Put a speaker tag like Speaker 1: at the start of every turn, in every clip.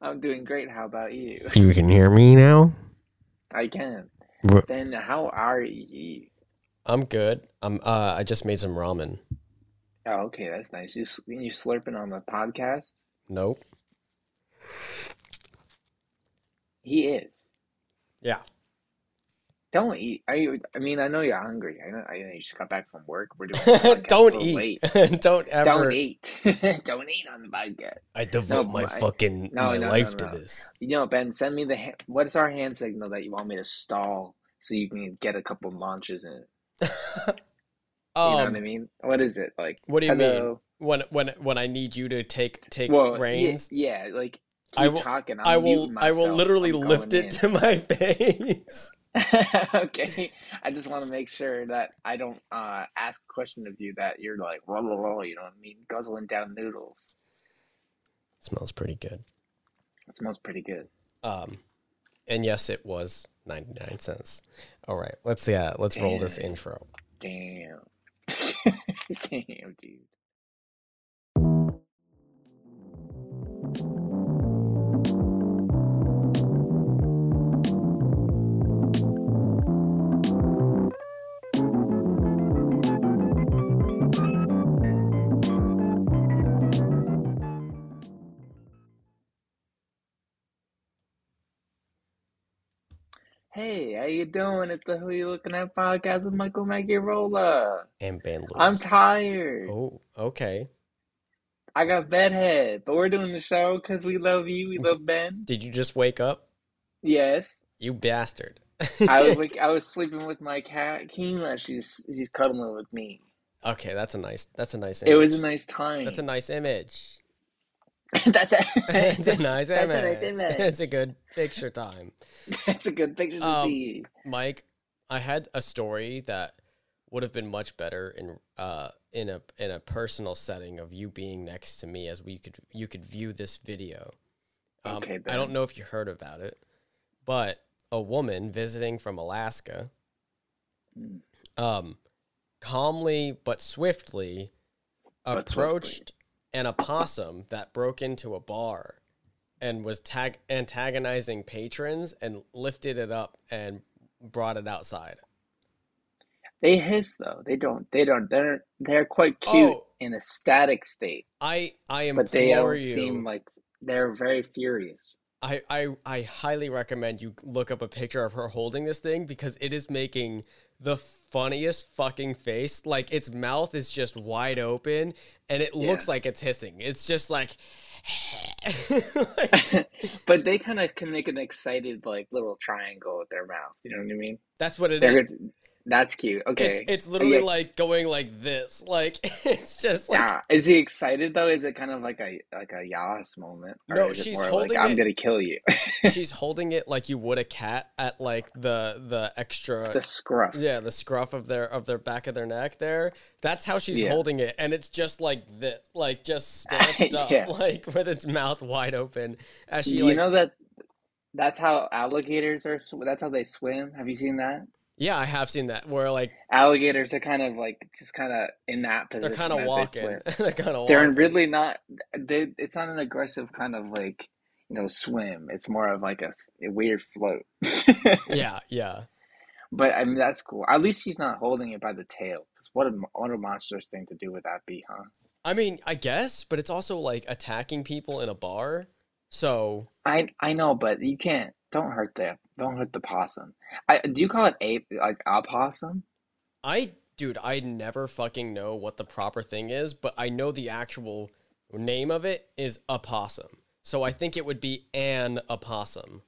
Speaker 1: I'm doing great. How about you?
Speaker 2: You can hear me now?
Speaker 1: I can.
Speaker 2: Wha-
Speaker 1: Then how are you?
Speaker 3: I'm good. I'm. Uh, I just made some ramen.
Speaker 1: Oh, okay, that's nice. You sl- you slurping on the podcast?
Speaker 3: Nope.
Speaker 1: He is.
Speaker 3: Yeah.
Speaker 1: Don't eat. Are you? I mean, I know you're hungry. I know. I know you just got back from work. We're doing the podcast
Speaker 3: Don't
Speaker 1: a little
Speaker 3: eat.
Speaker 1: late.
Speaker 3: Don't ever.
Speaker 1: Don't eat. Don't eat on the podcast.
Speaker 3: I devote
Speaker 1: No,
Speaker 3: my
Speaker 1: I-
Speaker 3: fucking
Speaker 1: no,
Speaker 3: my
Speaker 1: no, no,
Speaker 3: life
Speaker 1: no.
Speaker 3: to this.
Speaker 1: You know, Ben, send me the ha- what is our hand signal that you want me to stall so you can get a couple launches in? You know what
Speaker 3: Um,
Speaker 1: I mean? What is it like?
Speaker 3: what do you mean?
Speaker 1: hello?
Speaker 3: When when when I need you to take take
Speaker 1: Well, yeah,
Speaker 3: reins,
Speaker 1: yeah, like
Speaker 3: I
Speaker 1: keep
Speaker 3: will-
Speaker 1: talking. I'll
Speaker 3: I will
Speaker 1: mute
Speaker 3: I will
Speaker 1: myself.
Speaker 3: literally
Speaker 1: I'm
Speaker 3: lift
Speaker 1: going
Speaker 3: it to my face.
Speaker 1: in. okay, I just want to make sure that I don't uh, ask a question of you that you're like, blah, blah, blah, you know what I mean? Guzzling down noodles.
Speaker 3: Smells pretty good.
Speaker 1: That smells pretty good.
Speaker 3: Um, and yes, it was ninety nine cents. All right, let's yeah, let's roll this
Speaker 1: Damn.
Speaker 3: intro.
Speaker 1: Damn. Damn, dude. Hey, how you doing? It's the Who You Looking At podcast with Michael Rolla.
Speaker 3: And Ben Lewis.
Speaker 1: I'm tired.
Speaker 3: Oh, okay.
Speaker 1: I got bedhead, but we're doing the show because we love you. We love Ben.
Speaker 3: Did you just wake up?
Speaker 1: Yes,
Speaker 3: You bastard.
Speaker 1: I was like, I was sleeping with my cat Kima. She's she's cuddling with me.
Speaker 3: okay, that's a nice. That's a nice. Image.
Speaker 1: It was a nice time.
Speaker 3: That's a nice image.
Speaker 1: that's a
Speaker 3: It's a nice
Speaker 1: That's
Speaker 3: image.
Speaker 1: a nice image.
Speaker 3: It's a good picture time.
Speaker 1: that's a good picture to
Speaker 3: Um,
Speaker 1: see.
Speaker 3: Mike, I had a story that would have been much better in uh in a in a personal setting of you being next to me as we could you could view this video. Um,
Speaker 1: Okay,
Speaker 3: I don't
Speaker 1: Ben.
Speaker 3: know if you heard about it, but a woman visiting from Alaska,
Speaker 1: Mm.
Speaker 3: um, calmly but swiftly
Speaker 1: But swiftly.
Speaker 3: approached an opossum that broke into a bar and was tag antagonizing patrons and lifted it up and brought it outside.
Speaker 1: They hiss though. They don't. They don't. They're they're quite cute
Speaker 3: Oh.
Speaker 1: in a static state,
Speaker 3: I I implore
Speaker 1: but they don't
Speaker 3: you.
Speaker 1: seem like they're very furious.
Speaker 3: I, I I highly recommend you look up a picture of her holding this thing because it is making the funniest fucking face. Like its mouth is just wide open and it looks like it's hissing. It's just like, like,
Speaker 1: but they kind of can make an excited like little triangle with their mouth. You know what I mean?
Speaker 3: that's what it is.
Speaker 1: They're good. That's cute. Okay.
Speaker 3: It's it's literally
Speaker 1: Okay.
Speaker 3: like going like this. Like it's just like
Speaker 1: yeah. Is he excited though? Is it kind of like a like a yas moment? Or
Speaker 3: No,
Speaker 1: is it
Speaker 3: she's
Speaker 1: more
Speaker 3: holding
Speaker 1: like I'm
Speaker 3: it-
Speaker 1: gonna kill you.
Speaker 3: she's holding it like you would a cat at like the the extra
Speaker 1: the scruff.
Speaker 3: Yeah, the scruff of their of their back of their neck there. That's how she's
Speaker 1: Yeah.
Speaker 3: holding it, and it's just like this, like just stanced up,
Speaker 1: Yeah.
Speaker 3: like with its mouth wide open as she
Speaker 1: you
Speaker 3: like.
Speaker 1: know that that's how alligators are sw- that's how they swim. Have you seen that?
Speaker 3: yeah, I have seen that where like
Speaker 1: Alligators are kind of like just kind of in that position.
Speaker 3: they're kind of
Speaker 1: as they
Speaker 3: walking,
Speaker 1: swim.
Speaker 3: they're kind of
Speaker 1: They're
Speaker 3: walking.
Speaker 1: really not they it's not an aggressive kind of like you know swim. It's more of like a, s- a weird float.
Speaker 3: yeah, yeah.
Speaker 1: But I mean that's cool. At least she's not holding it by the tail. Cuz what a mo- what a monstrous thing to do with that be, huh?
Speaker 3: I mean, I guess, but it's also like attacking people in a bar. So
Speaker 1: I I know, but you can't. Don't hurt the don't hurt the possum. I do you call it ape like opossum?
Speaker 3: I, dude, I never fucking know what the proper thing is, but I know the actual name of it is opossum. So I think it would be an opossum.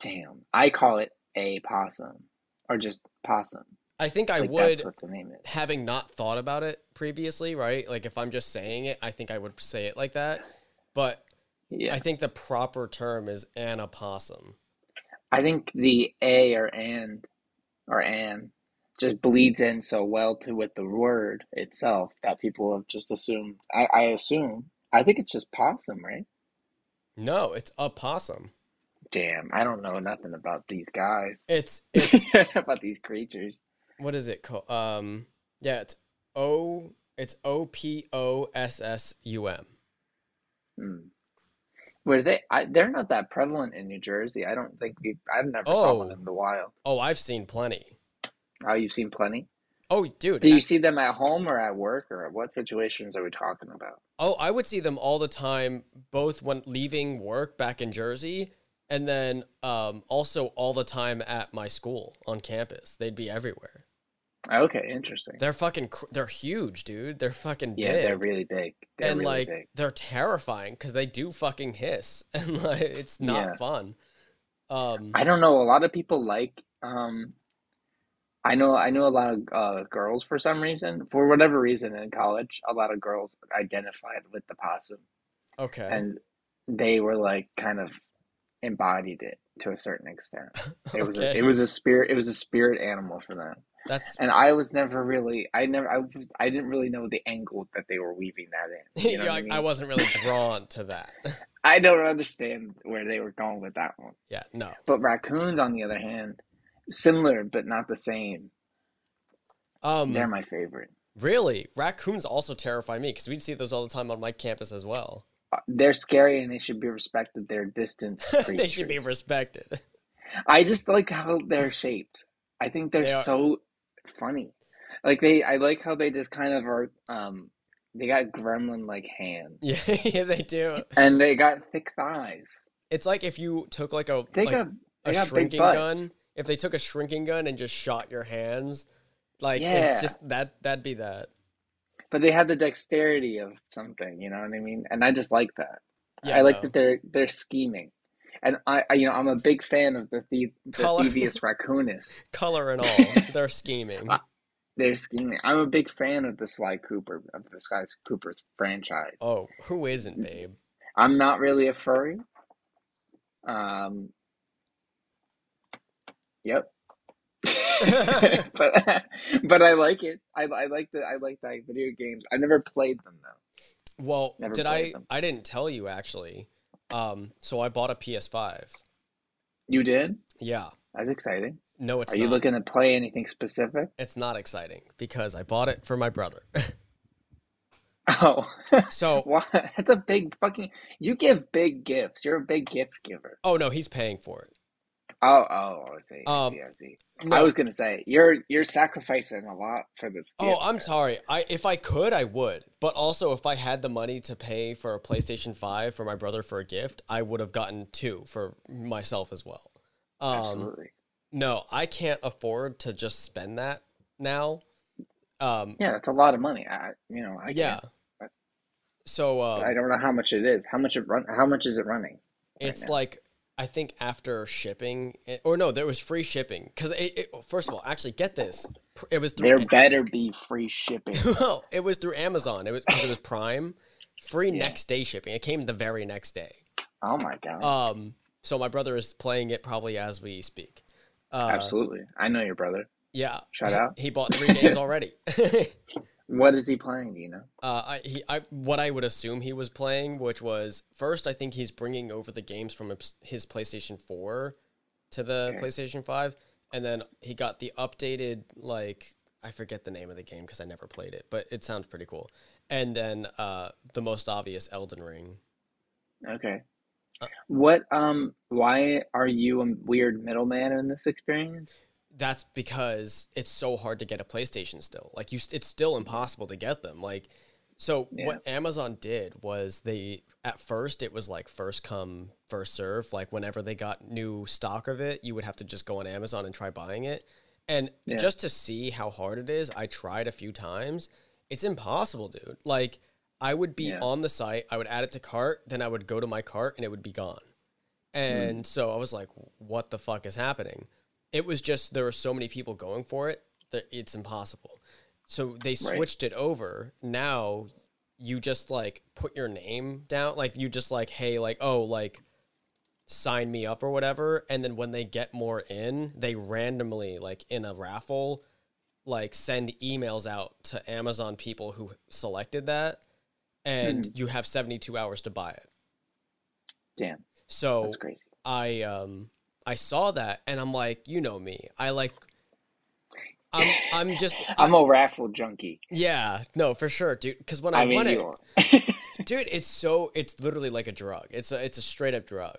Speaker 1: Damn, I call it a possum or just possum.
Speaker 3: I think I
Speaker 1: Like
Speaker 3: would
Speaker 1: that's what the name is.
Speaker 3: having not thought about it previously, right? Like if I'm just saying it, I think I would say it like that. But
Speaker 1: Yeah,
Speaker 3: I think the proper term is an opossum.
Speaker 1: I think the a or and or an just bleeds in so well to with the word itself that people have just assumed. I I assume I think it's just possum, right?
Speaker 3: No, it's opossum.
Speaker 1: Damn, I don't know nothing about these guys,
Speaker 3: It's it's
Speaker 1: about these creatures.
Speaker 3: what is it called? Um yeah, it's O it's O P O S S U M.
Speaker 1: Hmm. Were they? I, they're not that prevalent in New Jersey. I don't think we, I've never saw one
Speaker 3: Oh.
Speaker 1: in the wild.
Speaker 3: Oh, I've seen plenty.
Speaker 1: Oh, you've seen plenty.
Speaker 3: Oh, dude.
Speaker 1: Do you
Speaker 3: I-
Speaker 1: see them at home or at work or what situations are we talking about?
Speaker 3: oh, I would see them all the time, both when leaving work back in Jersey, and then um, also all the time at my school on campus. They'd be everywhere.
Speaker 1: Okay, interesting.
Speaker 3: They're fucking. Cr- they're huge, dude. They're fucking
Speaker 1: yeah,
Speaker 3: big.
Speaker 1: they're really big. They're
Speaker 3: and
Speaker 1: really
Speaker 3: like
Speaker 1: big.
Speaker 3: they're terrifying because they do fucking hiss, and like it's not
Speaker 1: Yeah.
Speaker 3: fun. Um,
Speaker 1: I don't know. A lot of people like. Um, I know. I know a lot of uh, girls for some reason, for whatever reason, in college, a lot of girls identified with the possum,
Speaker 3: okay.
Speaker 1: and they were like kind of embodied it to a certain extent. It was a,
Speaker 3: Okay.
Speaker 1: it was a spirit. It was a spirit animal for them,
Speaker 3: That's
Speaker 1: and I was never really. I never. I was, I didn't really know the angle that they were weaving that in. You know what
Speaker 3: You're
Speaker 1: I
Speaker 3: like, I
Speaker 1: mean?
Speaker 3: wasn't really drawn to that.
Speaker 1: I don't understand where they were going with that one.
Speaker 3: yeah, no.
Speaker 1: But raccoons, on the other hand, similar but not the same.
Speaker 3: Um,
Speaker 1: They're my favorite.
Speaker 3: really, raccoons also terrify me because we'd see those all the time on my campus as well.
Speaker 1: Uh, They're scary and they should be respected. They're distance
Speaker 3: they should be
Speaker 1: creatures.
Speaker 3: respected.
Speaker 1: I just like how they're shaped. I think they're
Speaker 3: They are-
Speaker 1: so funny. Like they, I like how they just kind of are. Um, they got gremlin like hands
Speaker 3: Yeah, yeah, they do.
Speaker 1: and they got thick thighs.
Speaker 3: It's like if you took like a
Speaker 1: They
Speaker 3: like
Speaker 1: got they
Speaker 3: a
Speaker 1: got big
Speaker 3: shrinking
Speaker 1: butts.
Speaker 3: gun. If they took a shrinking gun and just shot your hands, like
Speaker 1: Yeah.
Speaker 3: it's just that that'd be that.
Speaker 1: but they have the dexterity of something, you know what I mean? And I just like that.
Speaker 3: Yeah,
Speaker 1: I like
Speaker 3: no.
Speaker 1: that they're they're scheming. And I, I you know, I'm a big fan of the thief, the
Speaker 3: Color-
Speaker 1: thievius raccoonus.
Speaker 3: Color and all, they're scheming.
Speaker 1: They're scheming. I'm a big fan of the Sly Cooper of the Sly Cooper's franchise.
Speaker 3: Oh, who isn't, babe?
Speaker 1: I'm not really a furry. Um Yep. but but I like it. I I like the I like the video games. I never played them though.
Speaker 3: Well,
Speaker 1: Never
Speaker 3: did
Speaker 1: played
Speaker 3: I?
Speaker 1: them.
Speaker 3: I didn't tell you actually. Um, so I bought a PS5.
Speaker 1: You did?
Speaker 3: Yeah.
Speaker 1: That's exciting.
Speaker 3: No, it's
Speaker 1: Are
Speaker 3: not.
Speaker 1: you looking to play anything specific?
Speaker 3: It's not exciting because I bought it for my brother.
Speaker 1: Oh,
Speaker 3: so,
Speaker 1: wow. That's a big fucking. You give big gifts. You're a big gift giver.
Speaker 3: oh no, he's paying for it.
Speaker 1: Oh, oh, I see. I
Speaker 3: Um,
Speaker 1: see. I see. I
Speaker 3: no.
Speaker 1: was gonna say you're you're sacrificing a lot for this.
Speaker 3: Oh,
Speaker 1: gift.
Speaker 3: I'm sorry. I if I could, I would. But also, if I had the money to pay for a PlayStation 5 for my brother for a gift, I would have gotten two for myself as well. Um,
Speaker 1: Absolutely.
Speaker 3: no, I can't afford to just spend that now. Um,
Speaker 1: Yeah, that's a lot of money. I you know I
Speaker 3: yeah.
Speaker 1: can't.
Speaker 3: So um,
Speaker 1: I don't know how much it is. How much it run? How much is it running? right
Speaker 3: it's
Speaker 1: now.
Speaker 3: like I think after shipping, it, or no, there was free shipping because it, it, first of all, actually, get this, pr- it was
Speaker 1: There
Speaker 3: through
Speaker 1: better be free shipping.
Speaker 3: well, it was through Amazon. It was 'cause it was Prime, free
Speaker 1: Yeah.
Speaker 3: next day shipping. It came the very next day.
Speaker 1: Oh my god!
Speaker 3: Um, so my brother is playing it probably as we speak. Uh,
Speaker 1: Absolutely. I know your brother.
Speaker 3: Yeah,
Speaker 1: Shout out.
Speaker 3: he bought three games already. uh,
Speaker 1: What is he playing? Do you know?
Speaker 3: I, he, I, what I would assume he was playing, which was first, I think he's bringing over the games from his- his PlayStation Four to the
Speaker 1: Okay.
Speaker 3: PlayStation Five, and then he got the updated like I forget the name of the game because I never played it, but it sounds pretty cool. And then uh, the most obvious, Elden Ring.
Speaker 1: Okay.
Speaker 3: Uh,
Speaker 1: What, um, why are you a weird middleman in this experience?
Speaker 3: that's because it's so hard to get a PlayStation still. Like you s- it's still impossible to get them. Like so what Amazon did was they at first it was like first come first serve like whenever they got new stock of it you would have to just go on Amazon and try buying it. And
Speaker 1: Yeah.
Speaker 3: just to see how hard it is, I tried a few times. It's impossible, dude. Like I would be
Speaker 1: Yeah.
Speaker 3: on the site, I would add it to cart, then I would go to my cart and it would be gone.
Speaker 1: Hmm.
Speaker 3: And so I was like, what the fuck is happening? It was just there were so many people going for it that it's impossible. So they switched it over. Now you just like put your name down. Like you just like, hey, like, oh, like sign me up or whatever. And then when they get more in, they randomly, like in a raffle, like send emails out to Amazon people who selected that. And
Speaker 1: Hmm.
Speaker 3: you have 72 hours to buy it.
Speaker 1: Damn,
Speaker 3: So
Speaker 1: that's crazy.
Speaker 3: I um I saw that and I'm like, you know me. I like I'm I'm just
Speaker 1: I'm a raffle junkie.
Speaker 3: yeah, no, for sure, dude, cuz when I,
Speaker 1: I mean,
Speaker 3: won it
Speaker 1: you are.
Speaker 3: dude it's so it's literally like a drug it's a it's a straight up drug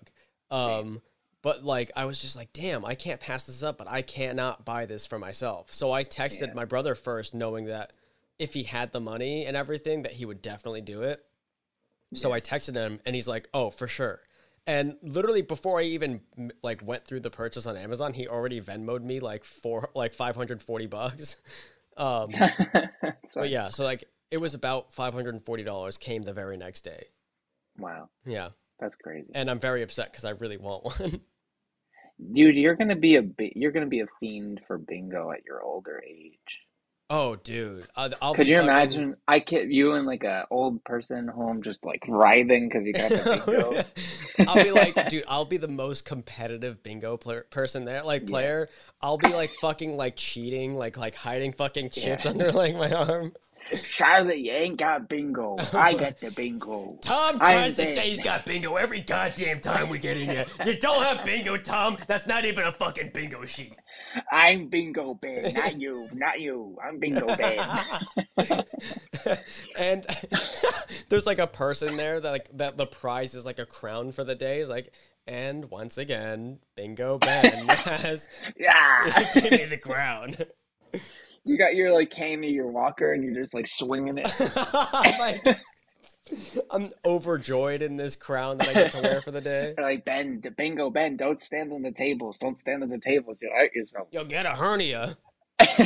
Speaker 3: um but like i was just like damn i can't pass this up but i cannot buy this for myself so i texted
Speaker 1: Yeah.
Speaker 3: my brother first knowing that if he had the money and everything that he would definitely do it so i texted him and he's like oh for sure and literally before i even m- like went through the purchase on amazon he already venmoed me like four like 540 bucks um
Speaker 1: It's
Speaker 3: but
Speaker 1: like,
Speaker 3: yeah so like it was about $540 came the very next day
Speaker 1: Wow,
Speaker 3: yeah
Speaker 1: that's crazy,
Speaker 3: and I'm very upset because I really want one.
Speaker 1: dude. You're gonna be a bi- you're gonna be a fiend for bingo at your older age.
Speaker 3: oh, dude, i I'll
Speaker 1: Could
Speaker 3: be
Speaker 1: you
Speaker 3: fucking-
Speaker 1: imagine? I can you and like a old person home just like writhing because you got the bingo.
Speaker 3: I'll be like, dude, I'll be the most competitive bingo player person there, like
Speaker 1: Yeah.
Speaker 3: player. I'll be like fucking like cheating, like like hiding fucking chips
Speaker 1: Yeah.
Speaker 3: under like my arm.
Speaker 1: Charlotte, you ain't got bingo. I got the bingo.
Speaker 3: Tom
Speaker 1: I
Speaker 3: tries to
Speaker 1: am
Speaker 3: say he's got bingo every goddamn time we get in here. You don't have bingo, Tom. That's not even a fucking bingo sheet.
Speaker 1: I'm bingo Ben, not you, not you. I'm bingo Ben.
Speaker 3: and there's like a person there that like that the prize is like a crown for the day is like and once again bingo ben has
Speaker 1: Yeah.
Speaker 3: give me the crown
Speaker 1: You got your like cane or your walker, and you're just like swinging it.
Speaker 3: I'm like, i'm overjoyed in this crown that i get to wear for the day
Speaker 1: You're like Ben, the bingo Ben, don't stand on the tables, don't stand on the tables. You'll hurt yourself.
Speaker 3: you'll get a hernia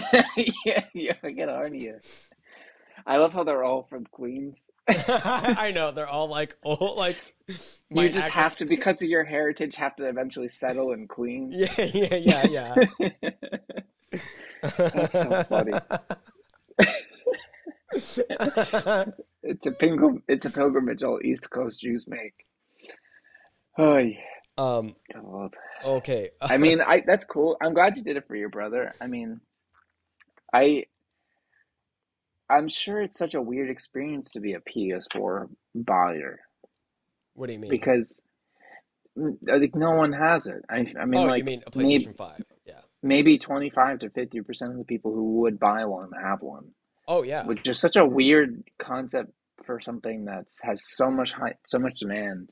Speaker 1: yeah, yeah, I get on you. I love how they're all from Queens.
Speaker 3: i know they're all like oh like my
Speaker 1: you just
Speaker 3: accent-
Speaker 1: have to, because of your heritage, have to eventually settle in Queens.
Speaker 3: yeah yeah yeah yeah
Speaker 1: That's so funny. It's a pilgrim. It's a pilgrimage all East Coast Jews make. Oh, yeah.
Speaker 3: um
Speaker 1: God.
Speaker 3: okay Uh,
Speaker 1: I mean, I that's cool. I'm glad you did it for your brother. I mean, I I'm sure it's such a weird experience to be a PS4 buyer
Speaker 3: what do you mean
Speaker 1: because mm, like no one has it. I I mean
Speaker 3: oh,
Speaker 1: like
Speaker 3: you mean a PlayStation
Speaker 1: maybe
Speaker 3: Five? Yeah.
Speaker 1: maybe 25 to 50% of the people who would buy one have one,
Speaker 3: Oh yeah.
Speaker 1: which is such a weird concept for something that's has so much high, so much demand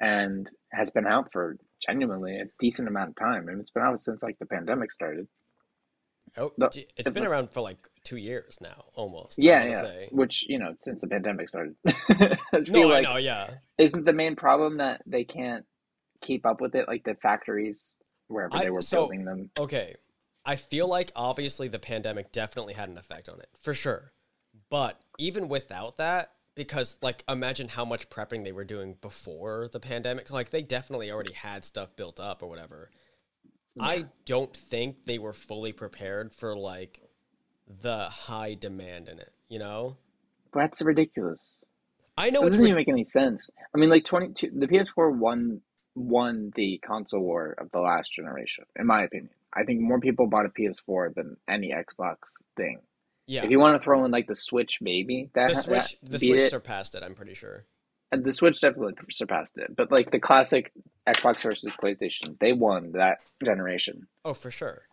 Speaker 1: and has been out for genuinely a decent amount of time. and it's been out since like the pandemic started.
Speaker 3: Oh,
Speaker 1: no,
Speaker 3: gee, it's been around for like two years now, almost. I
Speaker 1: Yeah,
Speaker 3: wanna
Speaker 1: yeah.
Speaker 3: say.
Speaker 1: Which, you know, since the pandemic started. I
Speaker 3: No,
Speaker 1: feel
Speaker 3: I
Speaker 1: like
Speaker 3: know. Yeah.
Speaker 1: isn't the main problem that they can't keep up with it like the factories wherever
Speaker 3: I-
Speaker 1: they were
Speaker 3: so-
Speaker 1: building them.
Speaker 3: Okay. I feel like obviously the pandemic definitely had an effect on it for sure, but even without that, because like imagine how much prepping they were doing before the pandemic. Like they definitely already had stuff built up or whatever. I don't think they were fully prepared for like the high demand in it. You know.
Speaker 1: That's ridiculous.
Speaker 3: I know
Speaker 1: It
Speaker 3: it's
Speaker 1: doesn't even make any sense. I mean, like twenty two, the PS4 won won the console war of the last generation, in my opinion. I think more people bought a PS4 than any Xbox thing.
Speaker 3: Yeah.
Speaker 1: If you want to throw in like the Switch, maybe that
Speaker 3: the
Speaker 1: that
Speaker 3: Switch, the
Speaker 1: beat
Speaker 3: Switch
Speaker 1: it.
Speaker 3: surpassed it. I'm pretty sure.
Speaker 1: And the Switch definitely surpassed it. But like the classic Xbox versus PlayStation, they won that generation.
Speaker 3: Oh, for sure.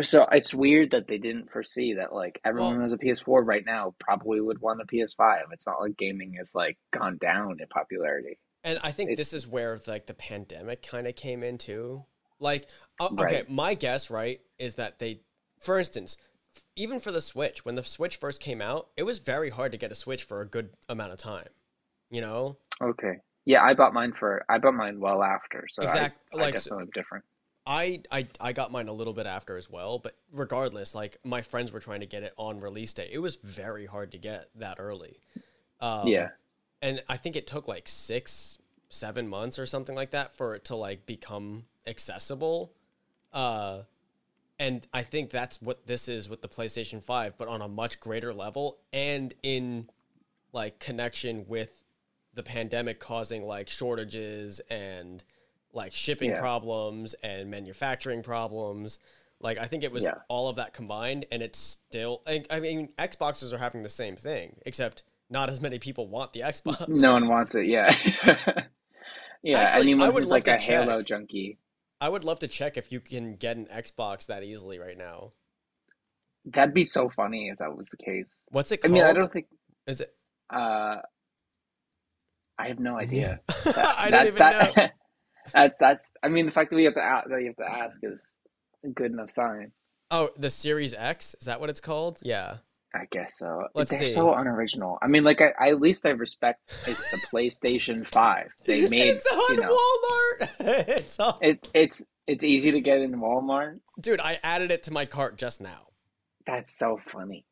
Speaker 1: So it's weird that they didn't foresee that like everyone
Speaker 3: Well-
Speaker 1: who has a PS4 right now probably would want a PS5. It's not like gaming has like gone down in popularity.
Speaker 3: And I think this
Speaker 1: It's-
Speaker 3: is where like the pandemic kind of came in too. Like, uh, okay,
Speaker 1: Right.
Speaker 3: my guess, right, is that they, for instance, f- even for the Switch, when the Switch first came out, it was very hard to get a Switch for a good amount of time. You know,
Speaker 1: Okay. Yeah, I bought mine for I bought mine well after, so I,
Speaker 3: Exact-
Speaker 1: I
Speaker 3: like, so-
Speaker 1: definitely am different.
Speaker 3: I, I I got mine a little bit after as well, but regardless, like my friends were trying to get it on release day. It was very hard to get that early. Um,
Speaker 1: Yeah.
Speaker 3: and I think it took like six, seven months or something like that for it to like become accessible. Uh, and I think that's what this is with the PlayStation Five, but on a much greater level and in like connection with the pandemic causing like shortages and like shipping
Speaker 1: Yeah.
Speaker 3: problems and manufacturing problems. Like I think it was
Speaker 1: Yeah.
Speaker 3: all of that combined, and it's still. I I mean, Xboxes are having the same thing, except not as many people want the Xbox.
Speaker 1: No one wants it, yeah. yeah,
Speaker 3: Actually, I
Speaker 1: anyone
Speaker 3: would
Speaker 1: who's
Speaker 3: love
Speaker 1: like
Speaker 3: to
Speaker 1: a Halo
Speaker 3: check.
Speaker 1: junkie.
Speaker 3: I would love to check if you can get an Xbox that easily right now.
Speaker 1: That'd be so funny if that was the case.
Speaker 3: What's it
Speaker 1: I
Speaker 3: called?
Speaker 1: mean, I don't think
Speaker 3: Is it
Speaker 1: uh I have no idea.
Speaker 3: I
Speaker 1: That-
Speaker 3: don't even
Speaker 1: that-
Speaker 3: know.
Speaker 1: that's that's. I mean, the fact that we have to a that you have to ask is a good enough sign.
Speaker 3: Oh, the Series X is that what it's called? Yeah.
Speaker 1: I guess so.
Speaker 3: Let's
Speaker 1: They're
Speaker 3: see.
Speaker 1: so unoriginal. I mean, like I, I at least I respect it's the PlayStation Five. They made
Speaker 3: it's on
Speaker 1: you know
Speaker 3: Walmart. it's on.
Speaker 1: it, it's it's easy to get in Walmart.
Speaker 3: Dude, I added it to my cart just now.
Speaker 1: That's so funny.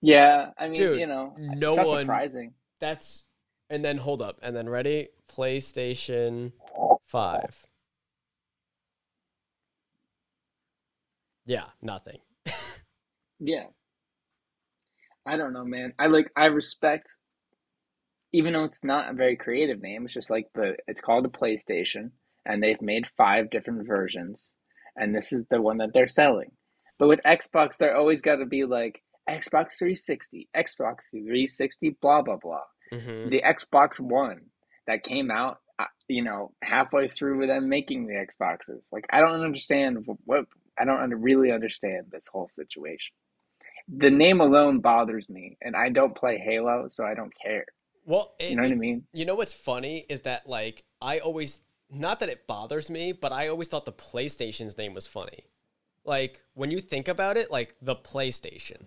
Speaker 1: Yeah, I mean,
Speaker 3: Dude,
Speaker 1: you know,
Speaker 3: no
Speaker 1: it's not
Speaker 3: one-
Speaker 1: surprising.
Speaker 3: That's and then hold up and then ready PlayStation 5. Yeah, nothing.
Speaker 1: Yeah. I don't know, man. I like I respect even though it's not a very creative name, it's just like the it's called a PlayStation and they've made five different versions and this is the one that they're selling. But with Xbox, they're always got to be like Xbox 360, Xbox 360 blah blah blah.
Speaker 3: Mhm.
Speaker 1: The Xbox One that came out uh, you know, halfway through with them making the Xboxes. Like, I don't understand wh- what I don't under, really understand this whole situation the name alone bothers me, and I don't play Halo, so I don't care.
Speaker 3: Well, it,
Speaker 1: You know what I mean?
Speaker 3: You know what's funny is that like I always not that it bothers me, but I always thought the PlayStation's name was funny. Like when you think about it, like the PlayStation.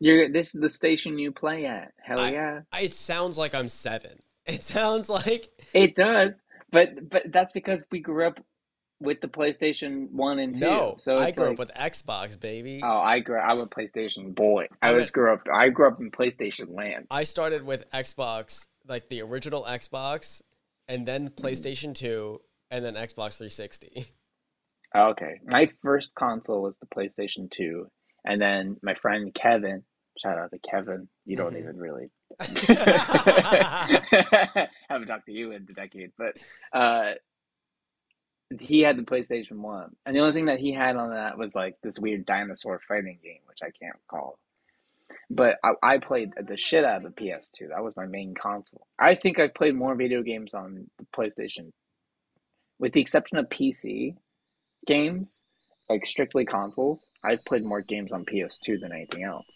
Speaker 1: You're this is the station you play at. Hell
Speaker 3: I-
Speaker 1: yeah,
Speaker 3: I- It sounds like I'm 7. It sounds like
Speaker 1: it does. But but that's because we grew up with the PlayStation One and Two.
Speaker 3: no.
Speaker 1: so
Speaker 3: I
Speaker 1: it's
Speaker 3: grew
Speaker 1: like,
Speaker 3: up with Xbox, baby.
Speaker 1: oh, I grew. I'm a PlayStation boy. I
Speaker 3: I'm
Speaker 1: was
Speaker 3: a-
Speaker 1: grew up. I grew up in PlayStation land.
Speaker 3: I started with Xbox, like the original Xbox, and then PlayStation 2, and then Xbox 360.
Speaker 1: Okay, my first console was the PlayStation Two, and then my friend Kevin. Shout out to Kevin. You don't
Speaker 3: Mhm.
Speaker 1: even really haven't talked to you in a decade, but uh, he had the PlayStation One, and the only thing that he had on that was like this weird dinosaur fighting game, which I can't recall. But I, I played the shit out of the PS2. That was my main console. I think I played more video games on the PlayStation, with the exception of PC games, like strictly consoles. I've played more games on PS2 than anything else.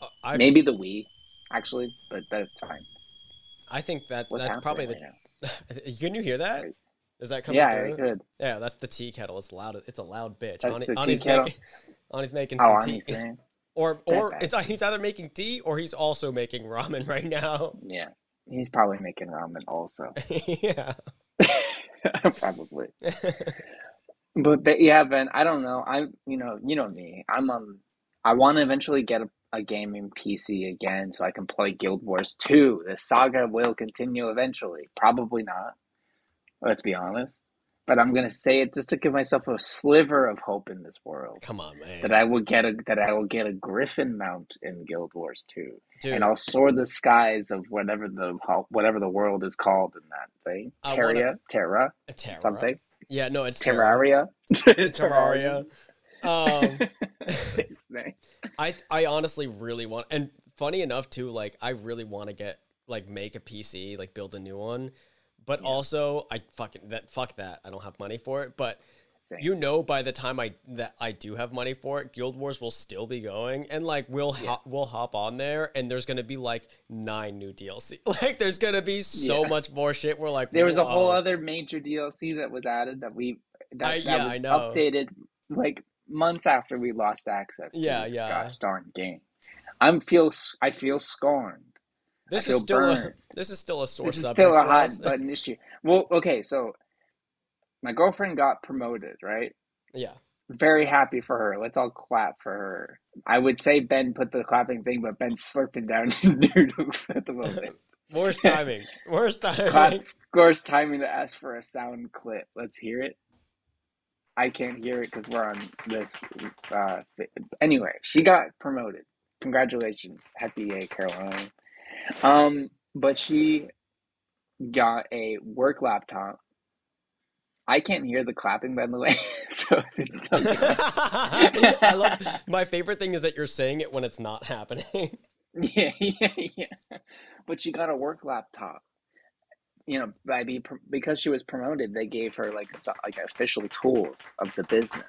Speaker 3: Uh, I,
Speaker 1: Maybe the Wii, actually, but that's fine.
Speaker 3: I think that
Speaker 1: What's
Speaker 3: that's
Speaker 1: happening
Speaker 3: probably
Speaker 1: right
Speaker 3: the. Can you hear that? Is that
Speaker 1: now?
Speaker 3: coming
Speaker 1: Yeah,
Speaker 3: through?
Speaker 1: I could.
Speaker 3: Yeah, that's the tea kettle. It's loud. It's a loud bitch.
Speaker 1: That's
Speaker 3: Ani-
Speaker 1: the tea
Speaker 3: Ani's
Speaker 1: kettle.
Speaker 3: making, Ani's making
Speaker 1: Oh,
Speaker 3: some
Speaker 1: I'm
Speaker 3: tea,
Speaker 1: saying,
Speaker 3: or or
Speaker 1: bad.
Speaker 3: it's he's either making tea or he's also making ramen right now.
Speaker 1: yeah, he's probably making ramen also,
Speaker 3: yeah,
Speaker 1: probably. But, but yeah, Ben, I don't know. I'm, you know, you know me. I'm um, I want to eventually get a, a gaming PC again so I can play Guild Wars 2. The saga will continue eventually. Probably not. Let's be honest. But I'm gonna say it just to give myself a sliver of hope in this world.
Speaker 3: come on, man.
Speaker 1: that I will get a that I will get a Griffin mount in Guild Wars 2.
Speaker 3: Dude,
Speaker 1: And I'll soar the skies of whatever the whatever the world is called in that thing.
Speaker 3: I
Speaker 1: Terra,
Speaker 3: wanna-
Speaker 1: Terra,
Speaker 3: a Terra.
Speaker 1: something.
Speaker 3: Yeah, no, it's Terra.
Speaker 1: Terraria.
Speaker 3: Terraria. Um,
Speaker 1: Terraria.
Speaker 3: I I honestly really want, and funny enough too, like I really want to get like make a PC, like build a new one, but also I fucking that fuck that I don't have money for it, but.
Speaker 1: Same.
Speaker 3: you know by the time I that I do have money for it, Guild Wars will still be going, and like we'll hop, we'll hop on there, and there's gonna be like nine new DLC. Like there's gonna be so
Speaker 1: Yeah.
Speaker 3: much more shit. We're like
Speaker 1: There was a whole
Speaker 3: "Whoa."
Speaker 1: other major DLC that was added that we that,
Speaker 3: I-
Speaker 1: that
Speaker 3: yeah,
Speaker 1: was
Speaker 3: I know.
Speaker 1: updated like months after we lost access to
Speaker 3: Yeah,
Speaker 1: this
Speaker 3: yeah.
Speaker 1: gosh darn game. I'm feel s- I feel scorned.
Speaker 3: This
Speaker 1: I
Speaker 3: is
Speaker 1: feel
Speaker 3: still a,
Speaker 1: burned.
Speaker 3: this is still a sore
Speaker 1: This is
Speaker 3: subject.
Speaker 1: still a
Speaker 3: for
Speaker 1: hot
Speaker 3: us.
Speaker 1: button issue. Well, okay, so my girlfriend got promoted, right?
Speaker 3: yeah,
Speaker 1: Very happy for her. Let's all clap for her. I would say Ben put the clapping thing, but Ben's slurping down noodles at the moment.
Speaker 3: worst timing, worst timing.
Speaker 1: Clap. Of course, timing to ask for a sound clip. Let's hear it. I can't hear it because we're on this. Uh, thi- anyway, she got promoted. Congratulations, happy yay, Caroline. Um, but she got a work laptop. I can't hear the clapping, by the way. so if it sounds
Speaker 3: I love my favorite thing is that you're saying it when it's not happening.
Speaker 1: Yeah, yeah, yeah. But she got a work laptop. You know, by be because she was promoted, they gave her like so- like official tools of the business.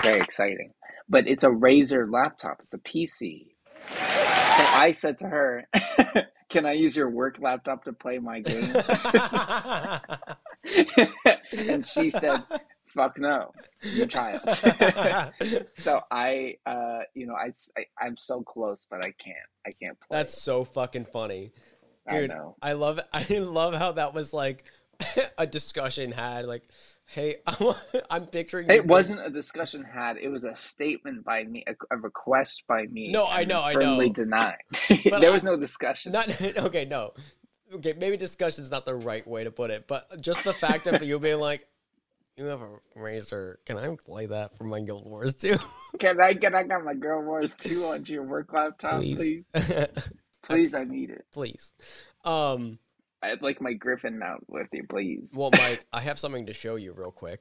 Speaker 1: Very exciting. But it's a Razer laptop. It's a PC. So I said to her, Can I use your work laptop to play my game? and she said, fuck no, you child. so I, uh, you know, I, I, am so close, but I can't, I can't play.
Speaker 3: That's so fucking funny.
Speaker 1: I
Speaker 3: Dude,
Speaker 1: know.
Speaker 3: I, love I love how that was like a discussion had like, hey, I'm picturing you
Speaker 1: It
Speaker 3: being-
Speaker 1: wasn't a discussion had. It was a statement by me, a, a request by me.
Speaker 3: No, I
Speaker 1: and
Speaker 3: know, I
Speaker 1: Firmly
Speaker 3: know.
Speaker 1: denied.
Speaker 3: But
Speaker 1: there
Speaker 3: I-
Speaker 1: was no discussion.
Speaker 3: Not okay, no. Okay, maybe discussion's not the right way to put it, but just the fact of you being like, you have a razor. Can I play that for my Guild Wars too?
Speaker 1: Can I get? I got my Girl Wars two on your work laptop, please. Please, I need it.
Speaker 3: please. Um,
Speaker 1: I'd like my Griffin mount with you, please.
Speaker 3: well, Mike, I have something to show you real quick,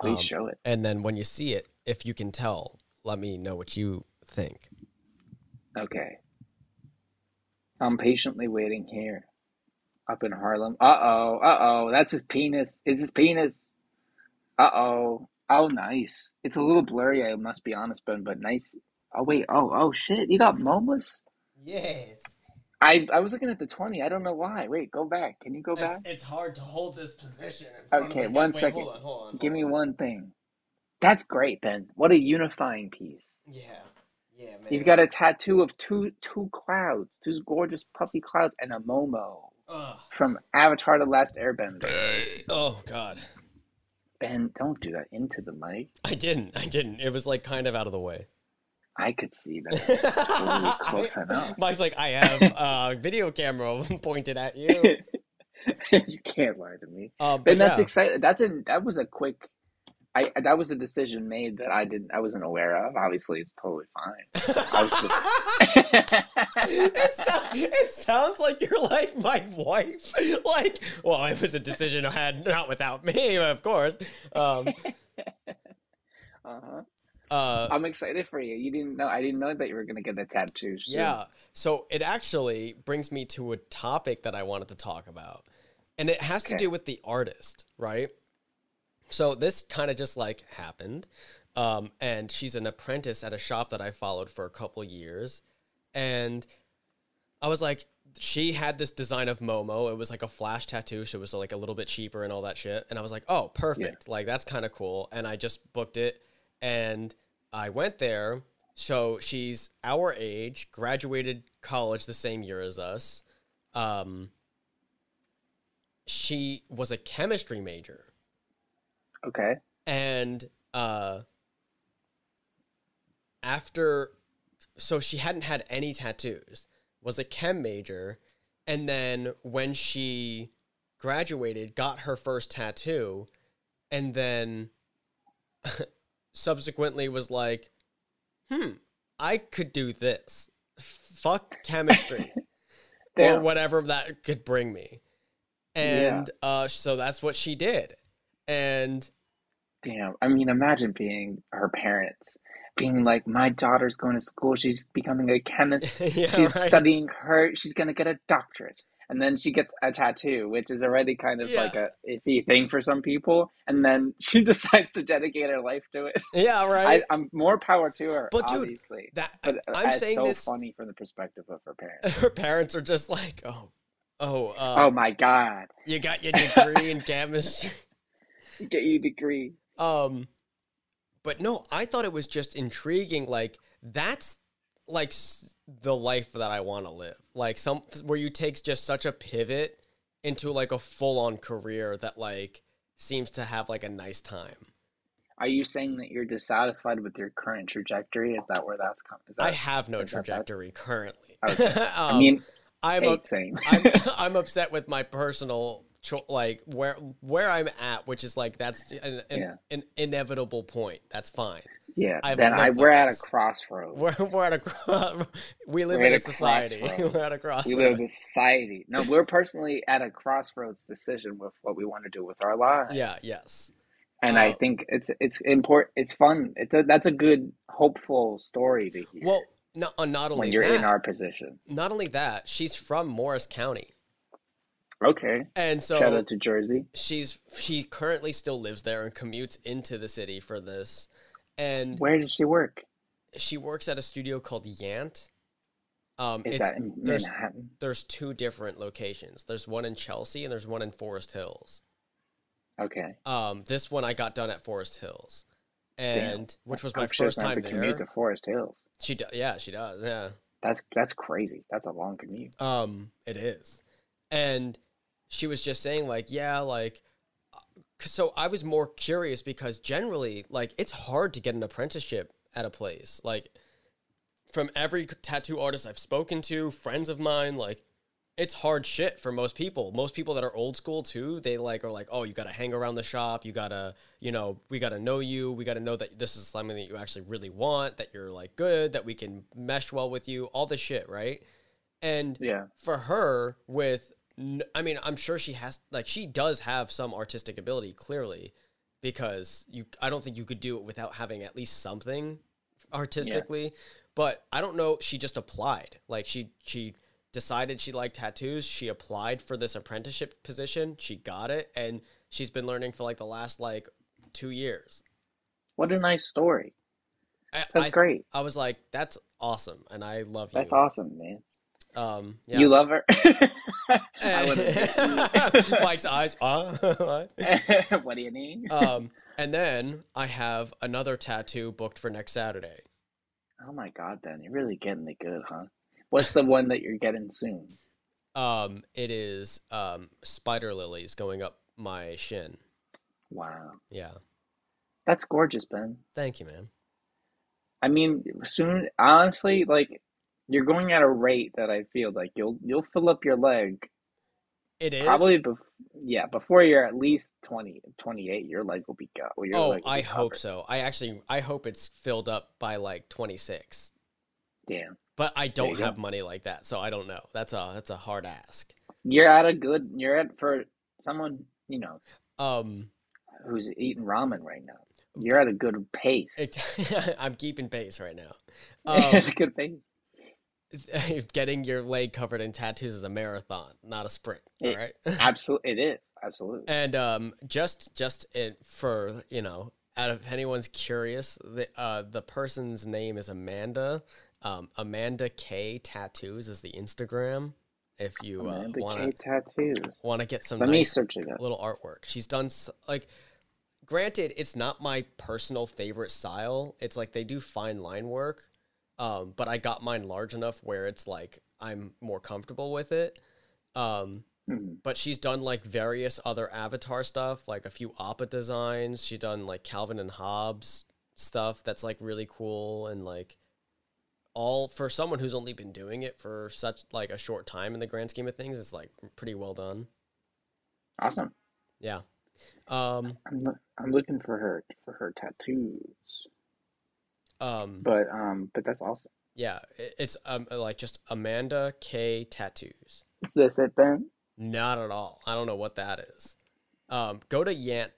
Speaker 1: please
Speaker 3: um,
Speaker 1: show it.
Speaker 3: and then when you see it, if you can tell, let me know what you think.
Speaker 1: Okay. I'm patiently waiting here, up in Harlem. Uh oh, uh oh, that's his penis. It's his penis. Uh oh. Oh, nice. It's a little blurry. I must be honest, Ben, but nice. Oh wait. Oh oh shit. You got momas.
Speaker 3: Yes,
Speaker 1: I I was looking at the twenty. I don't know why. Wait, go back. Can you go back?
Speaker 3: it's hard to hold this position.
Speaker 1: front of Okay, the- one wait, second. hold
Speaker 3: on, hold on.
Speaker 1: Give me one thing. That's great, Ben. What a unifying piece.
Speaker 3: Yeah, yeah, man.
Speaker 1: He's got a tattoo of two two clouds, two gorgeous puffy clouds, and a Momo from Avatar: The Last Airbender.
Speaker 3: Oh God,
Speaker 1: Ben, don't do that into the mic.
Speaker 3: I didn't. I didn't. It was like kind of out of the way.
Speaker 1: I could see that. It was totally close enough.
Speaker 3: Mike's like, I have a video camera pointed at you.
Speaker 1: you can't lie to me.
Speaker 3: Um,
Speaker 1: Ben,
Speaker 3: but
Speaker 1: that's
Speaker 3: yeah.
Speaker 1: exciting. That's a that was a quick. I that was a decision made that I didn't I wasn't aware of. Obviously, it's totally fine. I was just-
Speaker 3: it, so- it sounds like you're like my wife. Like, well, it was a decision I had not without me, of course. Um,
Speaker 1: uh-huh.
Speaker 3: uh,
Speaker 1: I'm excited for you. You didn't know. I didn't know that you were gonna get the tattoo. soon.
Speaker 3: yeah. So it actually brings me to a topic that I wanted to talk about, and it has to
Speaker 1: Okay.
Speaker 3: do with the artist, right? So this kind of just like happened, um, and she's an apprentice at a shop that I followed for a couple years, and I was like, she had this design of Momo. It was like a flash tattoo, so it was like a little bit cheaper and all that shit. And I was like, oh, perfect. Like that's kind of cool. And I just booked it, and I went there. So she's our age, graduated college the same year as us. Um, she was a chemistry major
Speaker 1: Okay.
Speaker 3: and uh after so she hadn't had any tattoos was a chem major and then when she graduated got her first tattoo and then subsequently was like hmm i could do this fuck chemistry or
Speaker 1: Damn.
Speaker 3: whatever that could bring me and uh so that's what she did and
Speaker 1: Damn. I mean, imagine being her parents, being like, my daughter's going to school. She's becoming a chemist.
Speaker 3: yeah,
Speaker 1: She's
Speaker 3: right.
Speaker 1: studying her. She's going to get a doctorate. And then she gets a tattoo, which is already kind of like
Speaker 3: Yeah.
Speaker 1: a iffy thing for some people. And then she decides to dedicate her life to it.
Speaker 3: Yeah, right.
Speaker 1: I, I'm more power to her,
Speaker 3: But dude,
Speaker 1: obviously.
Speaker 3: that
Speaker 1: but uh,
Speaker 3: I'm
Speaker 1: it's
Speaker 3: saying
Speaker 1: so
Speaker 3: this. Uh.
Speaker 1: funny from the perspective of her parents.
Speaker 3: Her parents are just like, oh, oh, uh,
Speaker 1: oh my God.
Speaker 3: you got your degree in chemistry.
Speaker 1: Get you a degree.
Speaker 3: Um, but no, I thought it was just intriguing. Like that's like s- the life that I want to live. Like some where you take just such a pivot into like a full on career that like seems to have like a nice time.
Speaker 1: Are you saying that you're dissatisfied with your current trajectory? Is that where that's coming? Is that
Speaker 3: I have no
Speaker 1: is that bad?
Speaker 3: trajectory currently.
Speaker 1: Okay.
Speaker 3: um,
Speaker 1: I mean,
Speaker 3: I'm
Speaker 1: hey,
Speaker 3: a,
Speaker 1: same.
Speaker 3: I'm I'm upset with my personal cho- like where where I'm at, which is like that's an, an,
Speaker 1: Yeah.
Speaker 3: an inevitable point. That's fine.
Speaker 1: Yeah,
Speaker 3: I've
Speaker 1: then I
Speaker 3: lived
Speaker 1: we're
Speaker 3: with
Speaker 1: at a
Speaker 3: this.
Speaker 1: crossroads.
Speaker 3: We're we're at a cro- we live
Speaker 1: We're
Speaker 3: in
Speaker 1: at
Speaker 3: a society.
Speaker 1: crossroads.
Speaker 3: We're at a crossroads.
Speaker 1: We live in a society. No, we're personally at a crossroads decision with what we want to do with our lives.
Speaker 3: yeah. Yes.
Speaker 1: and I
Speaker 3: uh,
Speaker 1: think it's it's important. It's fun. It's a, that's a good hopeful story to hear
Speaker 3: Well, no, uh, not only
Speaker 1: when you're
Speaker 3: that,
Speaker 1: in our position.
Speaker 3: not only that, she's from Morris County,
Speaker 1: Okay,
Speaker 3: and so
Speaker 1: shout out to Jersey.
Speaker 3: she's she currently still lives there and commutes into the city for this, and Mm-hmm.
Speaker 1: Where does she work?
Speaker 3: she works at a studio called Yant. Um,
Speaker 1: Is
Speaker 3: it's
Speaker 1: that in
Speaker 3: there's-
Speaker 1: Manhattan?
Speaker 3: there's two different locations. There's one in Chelsea and there's one in Forest Hills.
Speaker 1: Okay.
Speaker 3: Um, this one I got done at Forest Hills,
Speaker 1: Damn.
Speaker 3: and which was
Speaker 1: I'm
Speaker 3: my
Speaker 1: sure it's
Speaker 3: first
Speaker 1: not
Speaker 3: time
Speaker 1: to commute
Speaker 3: there.
Speaker 1: to Forest Hills.
Speaker 3: She does, yeah, she does, yeah.
Speaker 1: That's that's crazy. That's a long commute.
Speaker 3: Um, it is. And she was just saying, like, yeah, like, uh, so I was more curious because generally, like, it's hard to get an apprenticeship at a place. Like, from every tattoo artist I've spoken to, friends of mine, like, it's hard shit for most people. Most people that are old school too, they like are like, oh, you got to hang around the shop. You got to, you know, we got to know you. We got to know that this is something that you actually really want, that you're like good, that we can mesh well with you, all this shit, right? And
Speaker 1: Yeah.
Speaker 3: for her with n- i mean i'm sure she has like she does have some artistic ability clearly because you i don't think you could do it without having at least something artistically but i don't know she just applied like she she decided she liked tattoos she applied for this apprenticeship position she got it and she's been learning for like the last like two years
Speaker 1: What a nice story.
Speaker 3: I,
Speaker 1: That's
Speaker 3: I,
Speaker 1: great.
Speaker 3: I was like that's awesome and i love you
Speaker 1: That's awesome, man.
Speaker 3: um yeah.
Speaker 1: You love her. I
Speaker 3: Mike's eyes. Uh,
Speaker 1: wouldn't. what do you mean?
Speaker 3: um, and then I have another tattoo booked for next Saturday.
Speaker 1: oh my God, Ben, you're really getting it good, huh? What's the one that you're getting soon?
Speaker 3: Um, it is um, spider lilies going up my shin.
Speaker 1: Wow,
Speaker 3: Yeah.
Speaker 1: that's gorgeous, Ben.
Speaker 3: Thank you, man.
Speaker 1: I mean, soon, honestly, like you're going at a rate that I feel like you'll you'll fill up your leg
Speaker 3: It is.
Speaker 1: probably bef yeah before you're at least 20, 28, your leg will be go. well, your
Speaker 3: oh,
Speaker 1: leg will be
Speaker 3: I hope
Speaker 1: covered.
Speaker 3: so. I actually, I hope it's filled up by like 26.
Speaker 1: Damn,
Speaker 3: But I
Speaker 1: There
Speaker 3: don't
Speaker 1: you go.
Speaker 3: have money like that, so I don't know. That's a that's a hard ask.
Speaker 1: you're at a good. You're at for someone you know
Speaker 3: Um,
Speaker 1: who's eating ramen right now. You're at a good pace.
Speaker 3: it, I'm keeping pace right now.
Speaker 1: You're
Speaker 3: Um,
Speaker 1: at a good pace.
Speaker 3: getting your leg covered in tattoos is a marathon, not a sprint. All
Speaker 1: Yeah.
Speaker 3: right.
Speaker 1: Absolutely, it is absolutely.
Speaker 3: and um, just just it, for you know, out of anyone's curious, the uh, the person's name is Amanda. Um, Amanda K Tattoos is the Instagram. If you uh,
Speaker 1: Amanda
Speaker 3: want to
Speaker 1: K tattoos.
Speaker 3: want to get some
Speaker 1: Let me
Speaker 3: nice
Speaker 1: search it up.
Speaker 3: little artwork, she's done s- like. Granted, it's not my personal favorite style. It's like they do fine line work, um, but I got mine large enough where it's like I'm more comfortable with it. Um,
Speaker 1: Mhm.
Speaker 3: but she's done like various other avatar stuff like a few appa designs she done like calvin and hobbes stuff that's like really cool and like all for someone who's only been doing it for such like a short time in the grand scheme of things it's like pretty well done
Speaker 1: Awesome.
Speaker 3: yeah um
Speaker 1: I'm loo- I'm looking for her for her tattoos.
Speaker 3: Mm-hmm. um
Speaker 1: But um, but that's awesome.
Speaker 3: yeah it- it's um like just amanda k tattoos
Speaker 1: Is this it, Ben?
Speaker 3: Not at all. I don't know what that is. Um, go to Yant,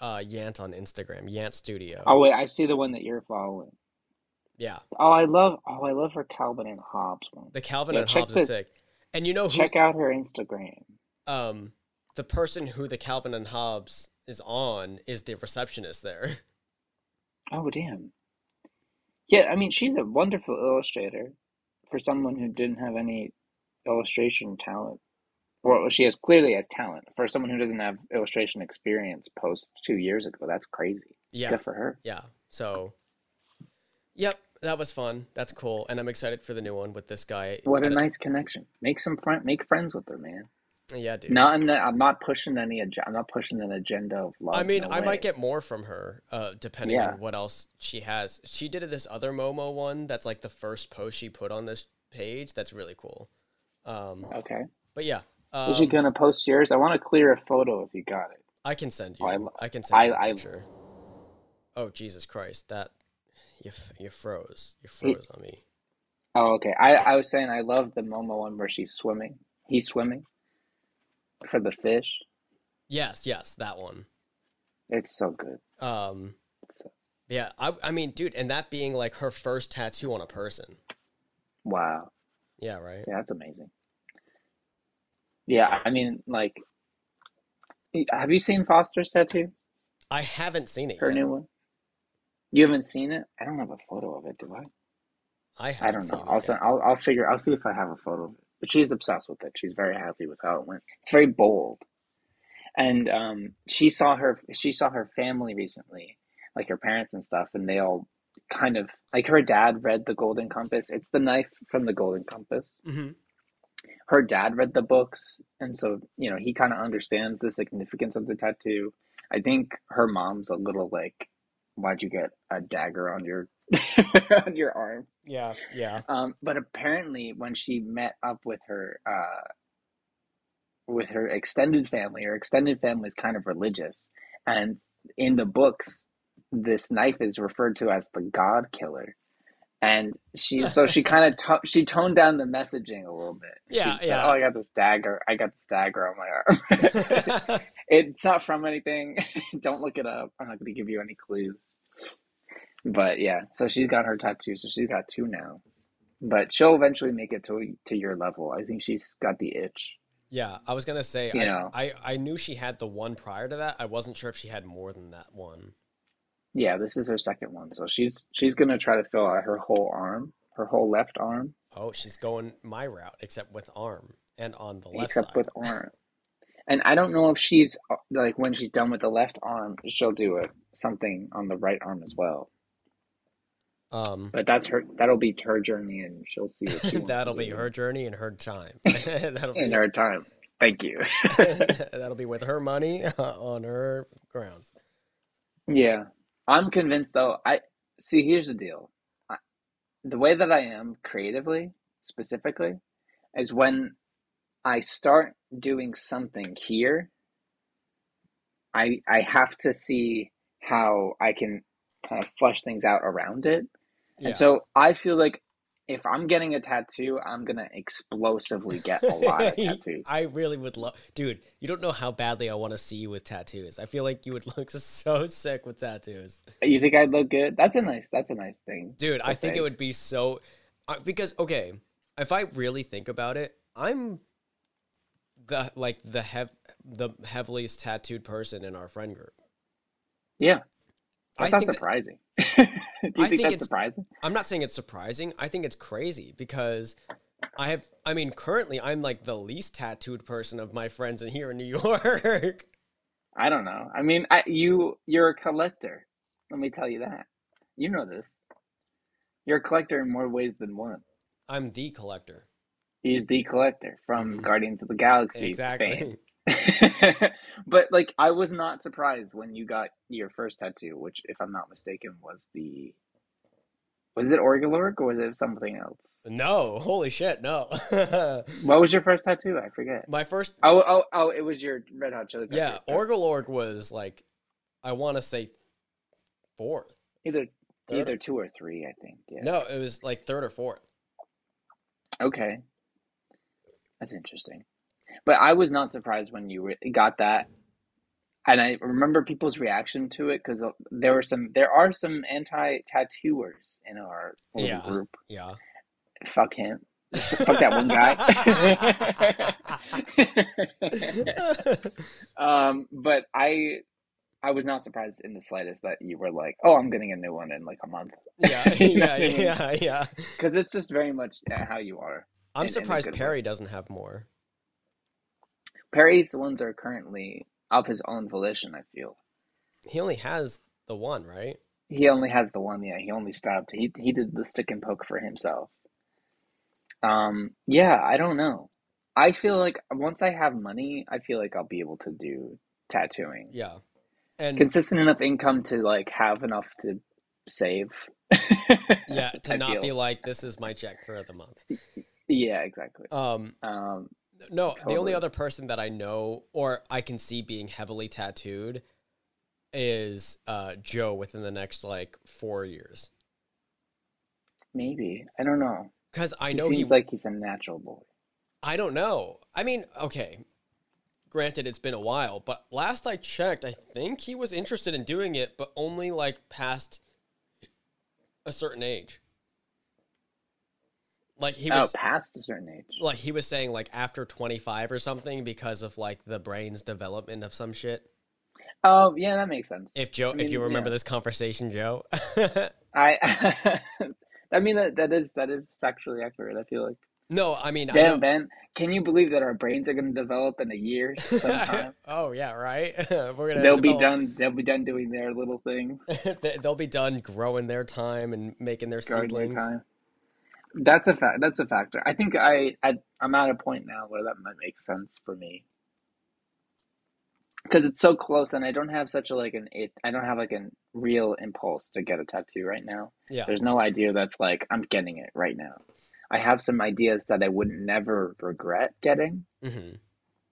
Speaker 3: uh, Yant on Instagram, Yant Studio.
Speaker 1: Oh wait, I see the one that you're following.
Speaker 3: Yeah,
Speaker 1: Oh, I love oh, I love her Calvin and Hobbes one.
Speaker 3: the Calvin
Speaker 1: Yeah,
Speaker 3: and
Speaker 1: check
Speaker 3: Hobbes is
Speaker 1: the-
Speaker 3: sick. And you know who?
Speaker 1: Check out her Instagram.
Speaker 3: Um, the person who the Calvin and Hobbes is on is the receptionist there.
Speaker 1: Oh damn. Yeah, I mean she's a wonderful illustrator for someone who didn't have any illustration talent. Well, she has clearly has talent for someone who doesn't have illustration experience post two years ago. That's crazy.
Speaker 3: Yeah,
Speaker 1: Good for her.
Speaker 3: yeah. So, yep, that was fun. That's cool, and I'm excited for the new one with this guy.
Speaker 1: What a
Speaker 3: And-
Speaker 1: nice connection. Make some friend, make friends with her, man.
Speaker 3: Yeah, dude.
Speaker 1: Not in the, I'm not pushing any. ag- I'm not pushing an agenda of love.
Speaker 3: I mean,
Speaker 1: no
Speaker 3: I
Speaker 1: way.
Speaker 3: might get more from her, uh, depending
Speaker 1: Yeah.
Speaker 3: on what else she has. She did this other Momo one that's like the first post she put on this page. That's really cool. Um,
Speaker 1: Okay.
Speaker 3: but yeah,
Speaker 1: Was she
Speaker 3: um,
Speaker 1: gonna post yours? I want to clear a photo if you got it.
Speaker 3: I can send you.
Speaker 1: I
Speaker 3: I,
Speaker 1: lo-
Speaker 3: can send you a
Speaker 1: I- I-
Speaker 3: picture. Oh Jesus Christ! That you f- you froze. You froze on me.
Speaker 1: Oh, okay. I, I was saying I love the Momo one where she's swimming. He's swimming for the fish.
Speaker 3: Yes, yes, that one.
Speaker 1: It's so good.
Speaker 3: Um,
Speaker 1: It's
Speaker 3: yeah, I I mean, dude, and that being like her first tattoo on a person.
Speaker 1: wow.
Speaker 3: Yeah, right.
Speaker 1: Yeah, that's amazing. Yeah, I mean, like, have you seen Foster's tattoo?
Speaker 3: I haven't seen it
Speaker 1: Her
Speaker 3: yet.
Speaker 1: new one. You haven't seen it? I don't have a photo of it, do I?
Speaker 3: I
Speaker 1: I
Speaker 3: haven't
Speaker 1: don't
Speaker 3: seen
Speaker 1: know.
Speaker 3: it
Speaker 1: I'll
Speaker 3: yet.
Speaker 1: send, I'll I'll figure. I'll see if I have a photo of it. But she's obsessed with it. She's very happy with how it went. It's very bold, and um, she saw her she saw her family recently, like her parents and stuff, and they all kind of like her dad read the Golden Compass. It's the knife from the Golden Compass.
Speaker 3: Mhm.
Speaker 1: Her dad read the books, and so you know he kind of understands the significance of the tattoo. I think her mom's a little like, "Why'd you get a dagger on your on your arm?"
Speaker 3: Yeah, yeah.
Speaker 1: Um, but apparently, when she met up with her uh, with her extended family, her extended family is kind of religious, and in the books, this knife is referred to as the God Killer, and she so she kind of to- she toned down the messaging a little bit. She
Speaker 3: Yeah,
Speaker 1: just said,
Speaker 3: yeah.
Speaker 1: oh, I got this dagger. I got this dagger on my arm. it's not from anything. Don't look it up. I'm not going to give you any clues. But yeah, so she's got her tattoo. So she's got two now. But she'll eventually make it to to your level. I think she's got the itch.
Speaker 3: yeah, I was gonna say
Speaker 1: You know.
Speaker 3: I, I I knew she had the one prior to that. I wasn't sure if she had more than that one.
Speaker 1: Yeah, this is her second one. So she's she's gonna try to fill out her whole arm, her whole left arm,
Speaker 3: Oh, she's going my route, except with arm and on the left
Speaker 1: except
Speaker 3: side.
Speaker 1: with arm. And I don't know if she's uh, like when she's done with the left arm, she'll do a, something on the right arm as well.
Speaker 3: Um,
Speaker 1: But that's her. That'll be her journey, and she'll see what she wants to
Speaker 3: that'll be
Speaker 1: do.
Speaker 3: her journey and her time. that'll
Speaker 1: in
Speaker 3: be
Speaker 1: our time. Thank you.
Speaker 3: that'll be with her money on her grounds.
Speaker 1: Yeah. I'm convinced though. I see, here's the deal. I, the way that I am creatively, specifically, is when I start doing something here, I I have to see how I can kind of flush things out around it.
Speaker 3: Yeah.
Speaker 1: And so I feel like if I'm getting a tattoo, I'm gonna explosively get a lot of tattoos.
Speaker 3: I really would love, dude. You don't know how badly I want to see you with tattoos. I feel like you would look so sick with tattoos,
Speaker 1: You think I'd look good? That's a nice that's a nice thing.
Speaker 3: dude. I
Speaker 1: I'll
Speaker 3: think
Speaker 1: say.
Speaker 3: it would be so uh, because okay, if I really think about it, I'm the like the hev the heaviest tattooed person in our friend group.
Speaker 1: Yeah.
Speaker 3: I
Speaker 1: That's not
Speaker 3: think that-
Speaker 1: surprising. Do you think,
Speaker 3: think
Speaker 1: that's
Speaker 3: it's-
Speaker 1: surprising?
Speaker 3: I'm not saying it's surprising. I think it's crazy because I have, I mean, currently I'm like the least tattooed person of my friends in here in New York.
Speaker 1: I don't know. I mean, I, you you're a collector. Let me tell you that. You know this. You're a collector in more ways than one.
Speaker 3: I'm the collector.
Speaker 1: He's the collector from
Speaker 3: Mhm.
Speaker 1: Guardians of the Galaxy
Speaker 3: Exactly.
Speaker 1: fame. but like, I was not surprised when you got your first tattoo, which, if I'm not mistaken, was the was it Orguloric or was it something else?
Speaker 3: No, holy shit, no.
Speaker 1: What was your first tattoo? I forget.
Speaker 3: my first,
Speaker 1: Oh, oh, oh! It was your Red Hot Chili Peppers.
Speaker 3: yeah, Orgalorg was like, I want to say fourth.
Speaker 1: either
Speaker 3: Third?
Speaker 1: either two or three, I think. Yeah.
Speaker 3: No, it was like third or fourth.
Speaker 1: Okay. That's interesting. But I was not surprised when you re- got that. And I remember people's reaction to it because there were some, there are some anti-tattooers in our little
Speaker 3: Yeah.
Speaker 1: group.
Speaker 3: Yeah.
Speaker 1: Fuck him. Fuck that one guy. um, but I, I was not surprised in the slightest that you were like, "Oh, I'm getting a new one in like a month,"
Speaker 3: yeah,
Speaker 1: You know what
Speaker 3: yeah,
Speaker 1: I mean?
Speaker 3: yeah, yeah.
Speaker 1: because it's just very much uh, how you are.
Speaker 3: I'm
Speaker 1: In- in a
Speaker 3: surprised
Speaker 1: good way.
Speaker 3: Perry doesn't have more.
Speaker 1: Perry's ones are currently of his own volition. I feel.
Speaker 3: He only has the one, right?
Speaker 1: He only has the one, yeah. He only stopped. He he did the stick and poke for himself. Um, yeah, I don't know. I feel like once I have money, I feel like I'll be able to do tattooing.
Speaker 3: Yeah. And
Speaker 1: Consistent enough income to like have enough to save.
Speaker 3: yeah to
Speaker 1: I
Speaker 3: not be
Speaker 1: feel.
Speaker 3: like this is my check for the month
Speaker 1: Yeah, exactly.
Speaker 3: um
Speaker 1: Um,
Speaker 3: no the only
Speaker 1: Totally.
Speaker 3: other person that i know or i can see being heavily tattooed is uh joe within the next like four years
Speaker 1: maybe. I don't know.
Speaker 3: because i
Speaker 1: He
Speaker 3: know he
Speaker 1: seems like he's a natural boy.
Speaker 3: i don't know i mean okay granted it's been a while but last i checked i think he was interested in doing it but only like past a certain age like he
Speaker 1: Oh,
Speaker 3: was
Speaker 1: past a certain age.
Speaker 3: like he was saying like after 25 or something because of like the brain's development of some shit
Speaker 1: Oh, yeah, that makes sense.
Speaker 3: if joe
Speaker 1: I
Speaker 3: if you
Speaker 1: mean,
Speaker 3: remember
Speaker 1: yeah.
Speaker 3: this conversation joe
Speaker 1: I I mean that that is that is factually accurate. I feel like.
Speaker 3: No, I mean, I
Speaker 1: Damn,
Speaker 3: know-
Speaker 1: Ben, can you believe that our brains are going to develop in a year sometime?
Speaker 3: oh yeah, right. We're gonna.
Speaker 1: they'll be
Speaker 3: develop-
Speaker 1: done. They'll be done doing their little things.
Speaker 3: They- They'll be done growing their time and making their
Speaker 1: during their
Speaker 3: seedlings.
Speaker 1: time. That's a fact. That's a factor. I think I, I I'm at a point now where that might make sense for me because it's so close, and I don't have such a like an it. I don't have like a real impulse to get a tattoo right now.
Speaker 3: Yeah,
Speaker 1: There's no idea that's like I'm getting it right now. I have some ideas that I would never regret getting,
Speaker 3: hmm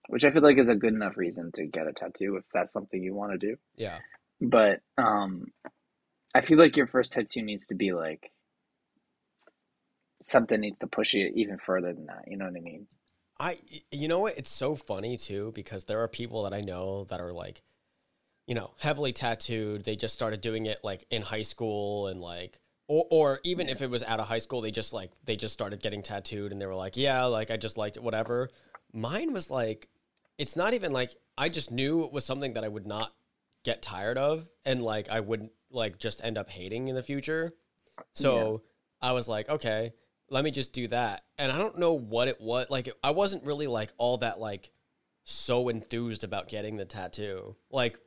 Speaker 1: which I feel like is a good enough reason to get a tattoo if that's something you want to do.
Speaker 3: yeah,
Speaker 1: But um, I feel like your first tattoo needs to be like something needs to push you even further than that. You know what I mean?
Speaker 3: I y- you know what? It's so funny too because there are people that I know that are like, you know, heavily tattooed. They just started doing it like in high school and like, or or even if it was out of high school, they just like they just started getting tattooed and they were like, yeah, like I just liked it, whatever. Mine was like, it's not even like I just knew it was something that I would not get tired of and like I wouldn't like just end up hating in the future. So I was like, okay, let me just do that. And I don't know what it was. Like, I wasn't really like all that like so enthused about getting the tattoo. Like,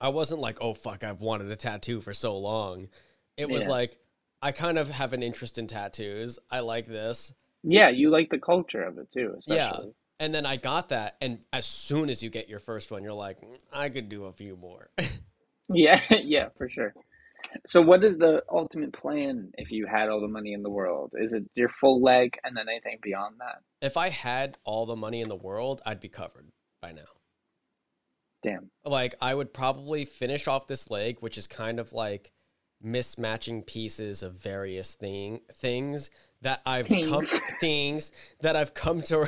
Speaker 3: I wasn't like, oh fuck, I've wanted a tattoo for so long. It was
Speaker 1: Yeah.
Speaker 3: like, I kind of have an interest in tattoos. I like this.
Speaker 1: Yeah, you like the culture of it too,
Speaker 3: Yeah.
Speaker 1: especially.
Speaker 3: And then I got that. And as soon as you get your first one, you're like, "Mm, I could do a few more.
Speaker 1: Yeah, yeah, for sure. So what is the ultimate plan if you had all the money in the world? Is it your full leg and then anything beyond that?
Speaker 3: if I had all the money in the world, I'd be covered by now.
Speaker 1: Damn.
Speaker 3: like I would probably finish off this leg, which is kind of like mismatching pieces of various thing things that I've come
Speaker 1: Things.
Speaker 3: things that I've come to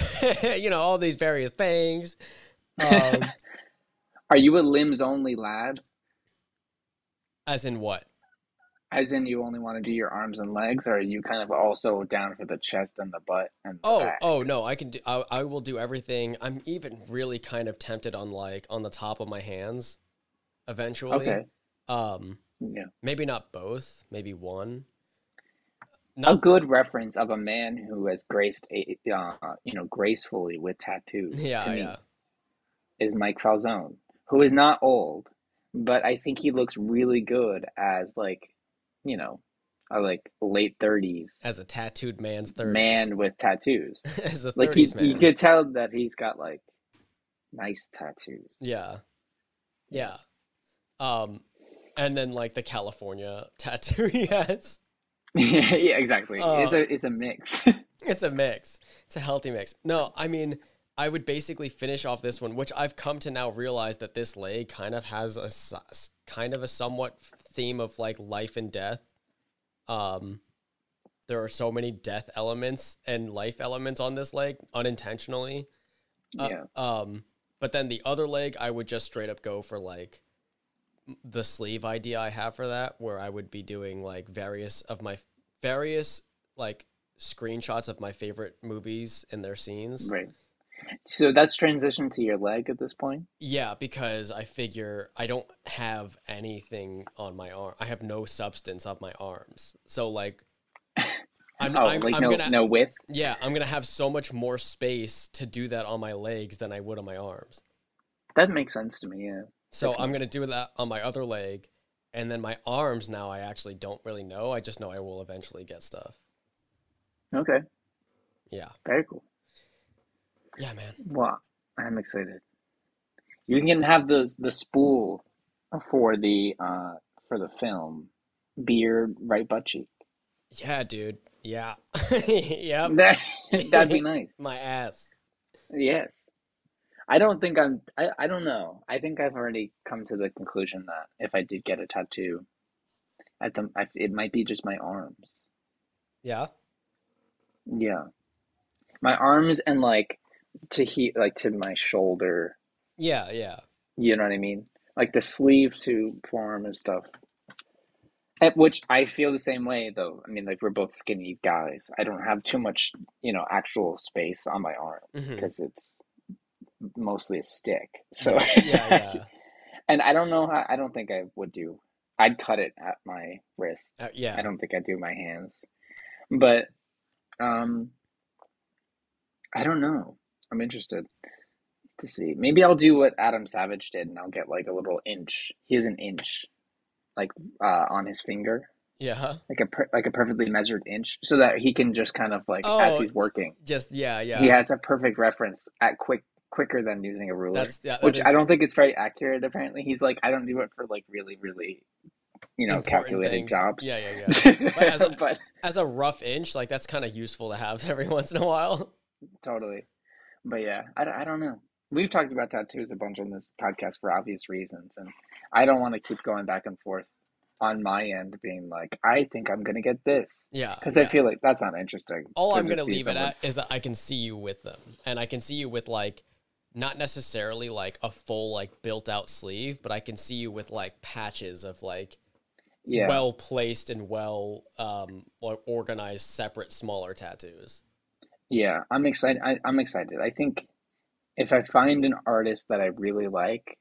Speaker 3: you know all these various things. Um,
Speaker 1: Are you a limbs only lad?
Speaker 3: as in what?
Speaker 1: As in you only want to do your arms and legs, or are you kind of also down for the chest and the butt and the
Speaker 3: Oh,
Speaker 1: back?
Speaker 3: oh no, I can do. I, I will do everything. I'm even really kind of tempted on like on the top of my hands, eventually.
Speaker 1: Okay.
Speaker 3: Um,
Speaker 1: Yeah.
Speaker 3: maybe not both. Maybe one.
Speaker 1: Oh, a
Speaker 3: Not
Speaker 1: good reference of a man who has graced a uh, you know gracefully with tattoos
Speaker 3: yeah,
Speaker 1: to me
Speaker 3: yeah.
Speaker 1: is Mike Falzone, who is not old, but I think he looks really good as like you know a like late thirties
Speaker 3: As a tattooed man's thirties.
Speaker 1: man with tattoos.
Speaker 3: as a
Speaker 1: Like he,
Speaker 3: 30s
Speaker 1: you
Speaker 3: man.
Speaker 1: could tell that he's got like nice tattoos.
Speaker 3: Yeah. Yeah. Um and then like the California tattoo, yes.
Speaker 1: yeah, exactly. it's
Speaker 3: Uh,
Speaker 1: a it's a mix.
Speaker 3: It's a mix. It's a healthy mix. No, I mean, I would basically finish off this one, which I've come to now realize that this leg kind of has a s- s- kind of a somewhat theme of like life and death. Um there are so many death elements and life elements on this leg unintentionally. Uh,
Speaker 1: yeah,
Speaker 3: Um, but then the other leg, I would just straight up go for like m- the sleeve idea I have for that, where I would be doing like various of my various like screenshots of my favorite movies and their scenes.
Speaker 1: right. So that's transition to your leg at this point.
Speaker 3: Yeah, because I figure I don't have anything on my arm. I have no substance of my arms. So like, I'm,
Speaker 1: Oh,
Speaker 3: I'm,
Speaker 1: like
Speaker 3: I'm
Speaker 1: no
Speaker 3: gonna
Speaker 1: no width.
Speaker 3: yeah, I'm gonna have so much more space to do that on my legs than I would on my arms.
Speaker 1: That makes sense to me. Yeah.
Speaker 3: So I'm gonna do that on my other leg, and then my arms. Now I actually don't really know. I just know I will eventually get stuff.
Speaker 1: Okay.
Speaker 3: Yeah,
Speaker 1: Very cool.
Speaker 3: yeah, man.
Speaker 1: Wow, I'm excited. You can have the the spool for the uh for the film beard right butt cheek.
Speaker 3: Yeah, dude. Yeah, yep.
Speaker 1: That that'd be nice.
Speaker 3: My ass.
Speaker 1: Yes. I don't think I'm I, I don't know. I think I've already come to the conclusion that if I did get a tattoo at the I, it might be just my arms.
Speaker 3: Yeah.
Speaker 1: Yeah. My arms and like to he like to my shoulder.
Speaker 3: Yeah, yeah.
Speaker 1: You know what I mean? Like the sleeve to forearm and stuff. At which I feel the same way though. I mean, like we're both skinny guys. I don't have too much, you know, actual space on my arm
Speaker 3: hmm
Speaker 1: because it's mostly a stick. So,
Speaker 3: yeah, yeah.
Speaker 1: and I don't know how. I don't think I would do I'd cut it at my wrist.
Speaker 3: Uh, yeah.
Speaker 1: I don't think I do my hands, but um, I don't know. I'm interested to see. Maybe I'll do what Adam Savage did, and I'll get like a little inch. He has an inch, like uh, on his finger,
Speaker 3: Yeah. Huh?
Speaker 1: like a per- like a perfectly measured inch, so that he can just kind of like as
Speaker 3: Oh,
Speaker 1: he's working,
Speaker 3: Just yeah, yeah.
Speaker 1: he has a perfect reference at quick quicker than using a ruler.
Speaker 3: That's yeah, that
Speaker 1: which
Speaker 3: is
Speaker 1: I don't think it's very accurate. Apparently, he's like, I don't do it for like really, really, you know,
Speaker 3: important
Speaker 1: calculated
Speaker 3: things.
Speaker 1: jobs.
Speaker 3: Yeah, yeah, yeah.
Speaker 1: but,
Speaker 3: as a- As a rough inch, like that's kind of useful to have every once in a while.
Speaker 1: totally, but yeah, I, don't- I don't know. We've talked about tattoos a bunch on this podcast for obvious reasons, and I don't want to keep going back and forth on my end, being like, I think I'm gonna get this
Speaker 3: Yeah.
Speaker 1: because I
Speaker 3: yeah.
Speaker 1: feel like that's not interesting.
Speaker 3: all
Speaker 1: to
Speaker 3: I'm
Speaker 1: just
Speaker 3: gonna
Speaker 1: see
Speaker 3: leave
Speaker 1: someone-
Speaker 3: it at is that I can see you with them, and I can see you with like not necessarily like a full like built out sleeve, but I can see you with like patches of like
Speaker 1: Yeah,
Speaker 3: well placed and well um or organized separate smaller tattoos.
Speaker 1: yeah, I'm excited. I, I'm excited. I think if I find an artist that I really like,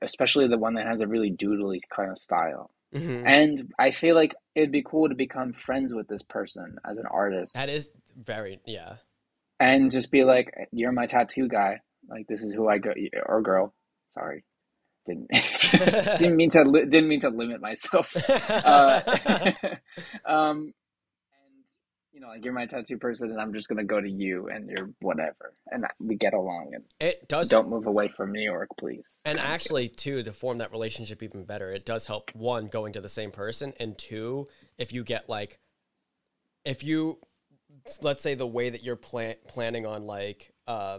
Speaker 1: especially the one that has a really doodly kind of style. Mm-hmm. And I feel like it'd be cool to become friends with this person as an artist
Speaker 3: That is very yeah
Speaker 1: and just be like, you're my tattoo guy. Like this is who I go or girl. Sorry. Didn't didn't mean to li- didn't mean to limit myself. Uh, um and you know, like you're my tattoo person and I'm just gonna go to you and you're whatever. And we get along and
Speaker 3: it does
Speaker 1: don't move away from New York, please.
Speaker 3: And actually, too, to form that relationship even better, it does help one going to the same person, and two, if you get like, if you, let's say the way that you're plan- planning on like, uh,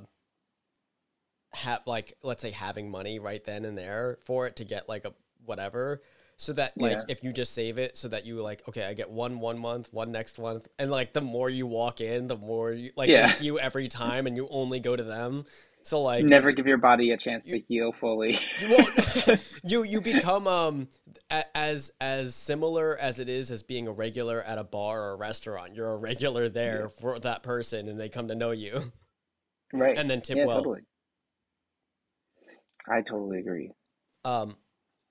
Speaker 3: have like let's say having money right then and there for it to get like a whatever, so that like
Speaker 1: Yeah.
Speaker 3: if you just save it, so that you like okay, I get one one month, one next month, and like the more you walk in, the more you like
Speaker 1: Yeah.
Speaker 3: they see you every time, and you only go to them. So like
Speaker 1: Never give your body a chance to heal fully.
Speaker 3: well, you you become um a- as as similar as it is as being a regular at a bar or a restaurant. You're a regular there for that person, and they come to know you.
Speaker 1: Right.
Speaker 3: And then tip
Speaker 1: yeah,
Speaker 3: well.
Speaker 1: totally. I totally agree.
Speaker 3: Um,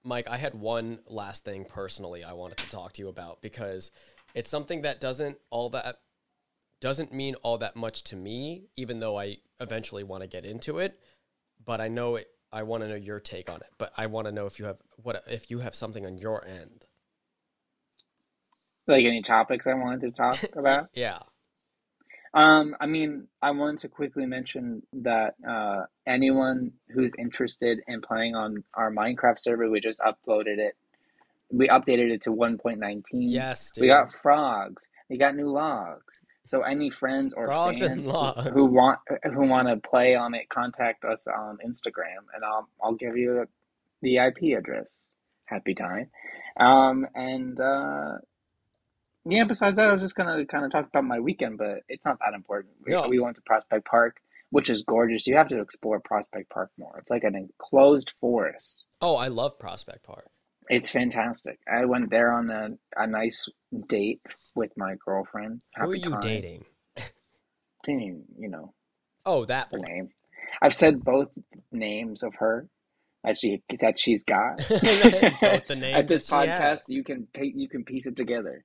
Speaker 3: Mike, I had one last thing personally I wanted to talk to you about because it's something that doesn't all that doesn't mean all that much to me, even though I eventually want to get into it. But I know it. I want to know your take on it. But I want to know if you have what if you have something on your end.
Speaker 1: Like any topics I wanted to talk about?
Speaker 3: Yeah.
Speaker 1: Um, I mean, I wanted to quickly mention that uh, anyone who's interested in playing on our Minecraft server, we just uploaded it. We updated it to 1.19.
Speaker 3: Yes,
Speaker 1: Mm.
Speaker 3: dude.
Speaker 1: We got frogs. We got new logs. So any friends or
Speaker 3: Frogs
Speaker 1: fans
Speaker 3: and
Speaker 1: who-
Speaker 3: logs.
Speaker 1: who want who want to play on it, contact us on Instagram, and I'll I'll give you the IP address. Happy time. Um, and uh, yeah, besides that, I was just gonna kind of talk about my weekend, but it's not that important. We,
Speaker 3: No.
Speaker 1: we went to Prospect Park, which is gorgeous. You have to explore Prospect Park more. It's like an enclosed forest.
Speaker 3: Oh, I love Prospect Park.
Speaker 1: It's fantastic. I went there on a, a nice date with my girlfriend.
Speaker 3: Who are
Speaker 1: Happy
Speaker 3: you
Speaker 1: time.
Speaker 3: dating?
Speaker 1: Didn't even, you know,
Speaker 3: Oh, that
Speaker 1: her
Speaker 3: one.
Speaker 1: name. I've said both names of her that she that she's got.
Speaker 3: Both the names
Speaker 1: At this
Speaker 3: that she has.
Speaker 1: podcast, you can pi- you can piece it together.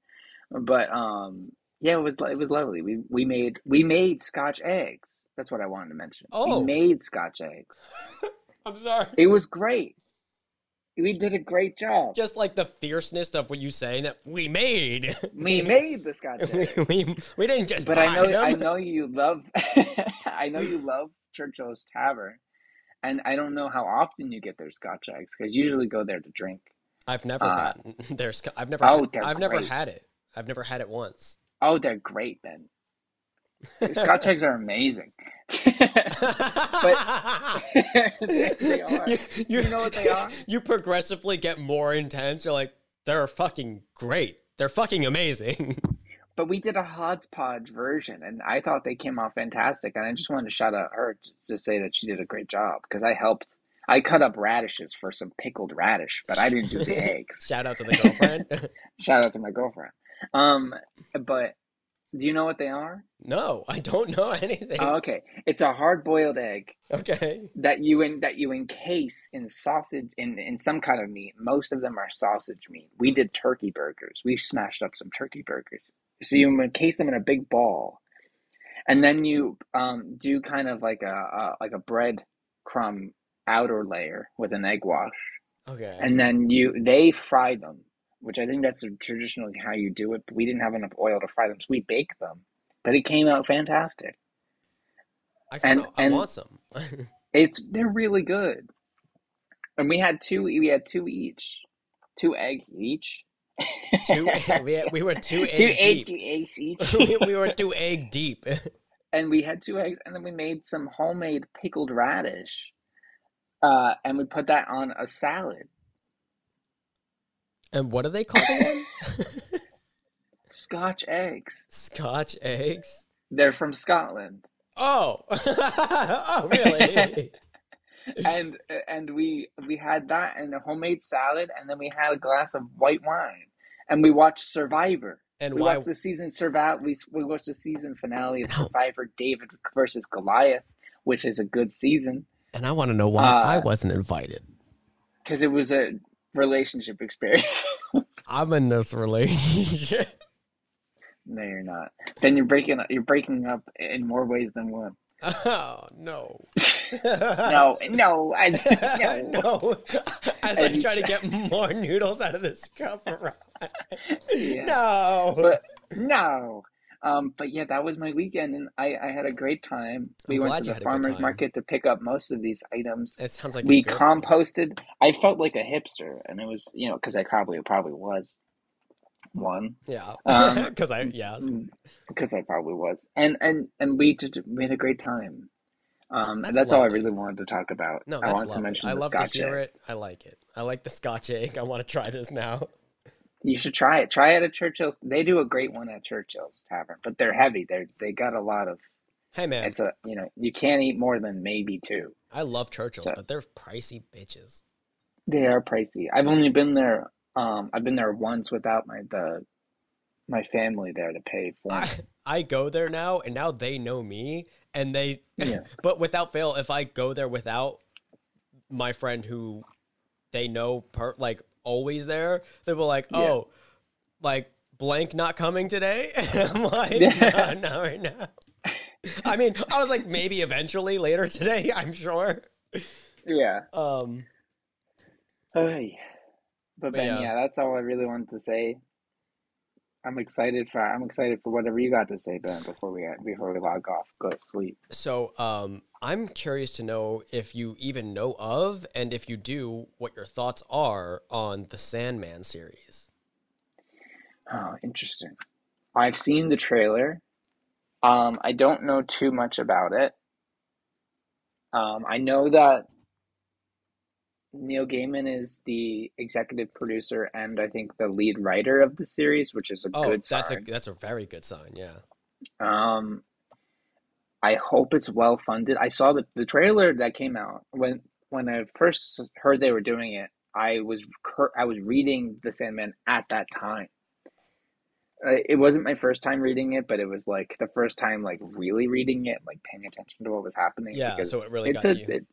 Speaker 1: But um, yeah, it was lo- it was lovely. We we made we made Scotch eggs. That's what I wanted to mention.
Speaker 3: Oh.
Speaker 1: We made Scotch eggs.
Speaker 3: I'm sorry.
Speaker 1: It was great. We did a great job.
Speaker 3: Just like the fierceness of what you saying that we made.
Speaker 1: We made the Scotch eggs.
Speaker 3: we, we, we didn't just
Speaker 1: But
Speaker 3: buy
Speaker 1: I know I
Speaker 3: them.
Speaker 1: know you love I know you love Churchill's Tavern, and I don't know how often you get their Scotch eggs because you usually go there to drink.
Speaker 3: I've never
Speaker 1: Uh,
Speaker 3: gotten there's I've never
Speaker 1: oh,
Speaker 3: had,
Speaker 1: they're
Speaker 3: I've never
Speaker 1: great.
Speaker 3: had it. I've never had it once.
Speaker 1: Oh, they're great then. Scotch eggs are amazing. they, they are.
Speaker 3: You, you-
Speaker 1: You know what they are?
Speaker 3: You progressively get more intense. You're like, they're fucking great. They're fucking amazing.
Speaker 1: But we did a hodgepodge version, and I thought they came out fantastic. And I just wanted to shout out her to, to say that she did a great job because I helped. I cut up radishes for some pickled radish, but I didn't do the eggs.
Speaker 3: Shout out to the girlfriend.
Speaker 1: Shout out to my girlfriend. Um, but Do you know what they are?
Speaker 3: No, I don't know anything.
Speaker 1: Oh, okay, it's a hard-boiled egg
Speaker 3: okay.
Speaker 1: that you in, that you encase in sausage in in some kind of meat. Most of them are sausage meat. We did turkey burgers. We smashed up some turkey burgers. So you encase them in a big ball, and then you um, do kind of like a, a like a bread crumb outer layer with an egg wash,
Speaker 3: Okay.
Speaker 1: and then you they fry them, which I think that's traditionally how you do it. But we didn't have enough oil to fry them, so we bake them. But it came out fantastic.
Speaker 3: I kind of
Speaker 1: and-
Speaker 3: I
Speaker 1: and-
Speaker 3: want some.
Speaker 1: It's they're really good. And we had two we had two each. Two egg each.
Speaker 3: two we, had- we were two egg
Speaker 1: two egg
Speaker 3: deep.
Speaker 1: two eggs each.
Speaker 3: we, we were two egg deep.
Speaker 1: and we had two eggs and then we made some homemade pickled radish. Uh, and we put that on a salad.
Speaker 3: and what are they called again?
Speaker 1: Scotch eggs.
Speaker 3: Scotch eggs.
Speaker 1: They're from Scotland.
Speaker 3: Oh. oh really?
Speaker 1: and and we we had that and a homemade salad and then we had a glass of white wine and we watched survivor
Speaker 3: And
Speaker 1: we
Speaker 3: why
Speaker 1: watched the season survive we, we watched the season finale of survivor david versus goliath which is a good season
Speaker 3: and I want to know why I
Speaker 1: Uh,
Speaker 3: wasn't invited.
Speaker 1: because it was a relationship experience
Speaker 3: I'm in this relationship.
Speaker 1: no you're not then you're breaking up you're breaking up in more ways than one
Speaker 3: Oh no.
Speaker 1: no no i no,
Speaker 3: no. As
Speaker 1: And
Speaker 3: I
Speaker 1: you
Speaker 3: try to get more noodles out of this cup.
Speaker 1: Yeah.
Speaker 3: No.
Speaker 1: But- no um, but yeah, that was my weekend, and I, I had a great time. We
Speaker 3: I'm
Speaker 1: went
Speaker 3: glad
Speaker 1: to
Speaker 3: you
Speaker 1: the
Speaker 3: had a good
Speaker 1: farmers
Speaker 3: time.
Speaker 1: market to pick up most of these items.
Speaker 3: it sounds like a
Speaker 1: we
Speaker 3: good-
Speaker 1: composted. I felt like a hipster, and it was you know because I probably probably was one
Speaker 3: Yeah.
Speaker 1: Um,
Speaker 3: Because I yes.
Speaker 1: because I probably was, and and and we did we had a great time. Um,
Speaker 3: That's
Speaker 1: that's, all I
Speaker 3: lovely.
Speaker 1: really wanted to talk about.
Speaker 3: No,
Speaker 1: I
Speaker 3: that's
Speaker 1: wanted
Speaker 3: lovely.
Speaker 1: to mention
Speaker 3: I
Speaker 1: the
Speaker 3: love
Speaker 1: Scotch
Speaker 3: to hear
Speaker 1: egg.
Speaker 3: it. I like it. I like the Scotch egg. I want to try this now.
Speaker 1: You should try it. Try it at Churchill's. They do a great one at Churchill's Tavern, but they're heavy. They are they got a lot of.
Speaker 3: Hey man,
Speaker 1: It's a you know you can't eat more than maybe two.
Speaker 3: I love Churchill's,
Speaker 1: So-
Speaker 3: but they're pricey bitches.
Speaker 1: They are pricey. I've only been there. Um, I've been there once without my the my family there to pay for. me.
Speaker 3: I, I go there now, and now they know me, and they.
Speaker 1: Yeah.
Speaker 3: but without fail, if I go there without my friend who they know, per, like always there, they were like,
Speaker 1: Yeah.
Speaker 3: "Oh, like blank not coming today," and I'm like,
Speaker 1: Yeah.
Speaker 3: "No, not right now." I mean, I was like, maybe eventually later today. I'm sure.
Speaker 1: Yeah.
Speaker 3: Um,
Speaker 1: Oy. But
Speaker 3: But
Speaker 1: Ben,
Speaker 3: yeah.
Speaker 1: yeah. that's all I really wanted to say. I'm excited for I'm excited for whatever you got to say, Ben, before we before we log off, go to sleep.
Speaker 3: So, um, I'm curious to know if you even know of, and if you do, what your thoughts are on the Sandman series.
Speaker 1: Oh, interesting. I've seen the trailer. Um, I don't know too much about it. Um, I know that Neil Gaiman is the executive producer and I think the lead writer of the series, which is a
Speaker 3: Oh,
Speaker 1: good
Speaker 3: that's
Speaker 1: sign.
Speaker 3: a that's a very good sign. Yeah.
Speaker 1: Um, I hope it's well funded. I saw the the trailer that came out when when I first heard they were doing it. I was cur- I was reading The Sandman at that time. Uh, It wasn't my first time reading it, but it was like the first time like really reading it, like paying attention to what was happening.
Speaker 3: Yeah, so
Speaker 1: because
Speaker 3: it really
Speaker 1: it's
Speaker 3: got
Speaker 1: a,
Speaker 3: you.
Speaker 1: It,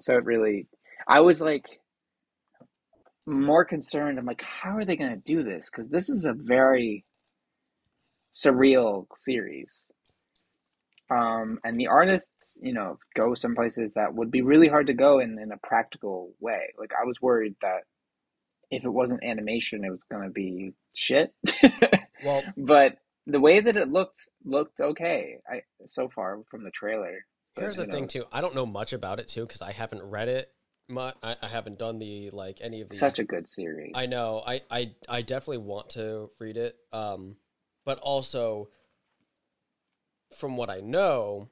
Speaker 1: so it really, I was like more concerned. I'm like, how are they going to do this? Because this is a very surreal series. Um, and the artists, you know, go some places that would be really hard to go in in a practical way. Like I was worried that if it wasn't animation, it was gonna be shit.
Speaker 3: Well,
Speaker 1: But the way that it looked looked okay. I so far from the trailer. but
Speaker 3: here's
Speaker 1: who
Speaker 3: the thing
Speaker 1: knows?
Speaker 3: too. I don't know much about it too because I haven't read it. Much. I, I haven't done the like any of the.
Speaker 1: Such a good series.
Speaker 3: I know. I I I definitely want to read it. Um, but also, from what I know,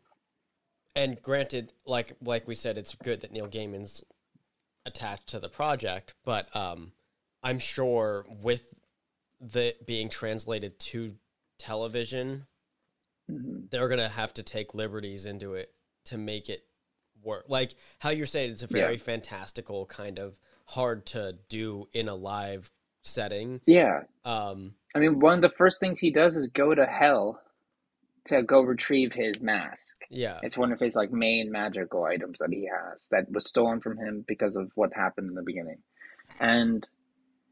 Speaker 3: and granted, like like we said, it's good that Neil Gaiman's attached to the project, but um, I'm sure with the being translated to television,
Speaker 1: Mhm.
Speaker 3: they're gonna have to take liberties into it to make it work. Like how you're saying, it's a
Speaker 1: Yeah.
Speaker 3: very fantastical kind of hard to do in a live setting.
Speaker 1: Yeah.
Speaker 3: Um,
Speaker 1: I mean, one of the first things he does is go to hell to go retrieve his mask.
Speaker 3: Yeah.
Speaker 1: It's one of his like main magical items that he has that was stolen from him because of what happened in the beginning. And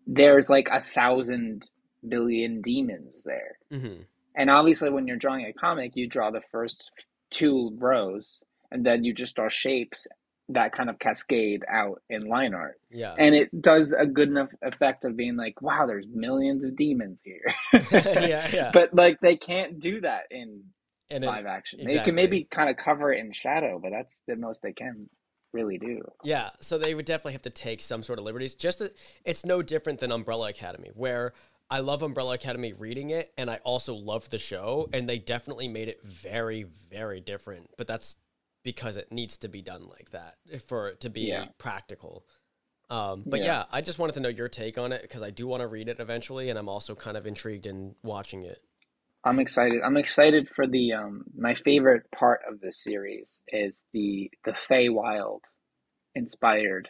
Speaker 1: there's like a thousand billion demons there.
Speaker 3: hmm
Speaker 1: And obviously when you're drawing a comic, you draw the first two rows and then you just draw shapes that kind of cascade out in line art.
Speaker 3: Yeah.
Speaker 1: And it does a good enough effect of being like, wow, there's millions of demons here.
Speaker 3: yeah. Yeah.
Speaker 1: But like they can't do that in
Speaker 3: and it,
Speaker 1: live action. They can maybe kind of cover it in shadow, but that's the most they can really do.
Speaker 3: Yeah, so they would definitely have to take some sort of liberties. Just that it's no different than Umbrella Academy, where I love Umbrella Academy reading it, and I also love the show, and they definitely made it very, very different. But that's because it needs to be done like that eh, for it to be
Speaker 1: Yeah.
Speaker 3: practical. Um, but yeah.
Speaker 1: Yeah.
Speaker 3: I just wanted to know your take on it because I do want to read it eventually, and I'm also kind of intrigued in watching it.
Speaker 1: I'm excited. I'm excited for the um my favorite part of the series is the the Feywild inspired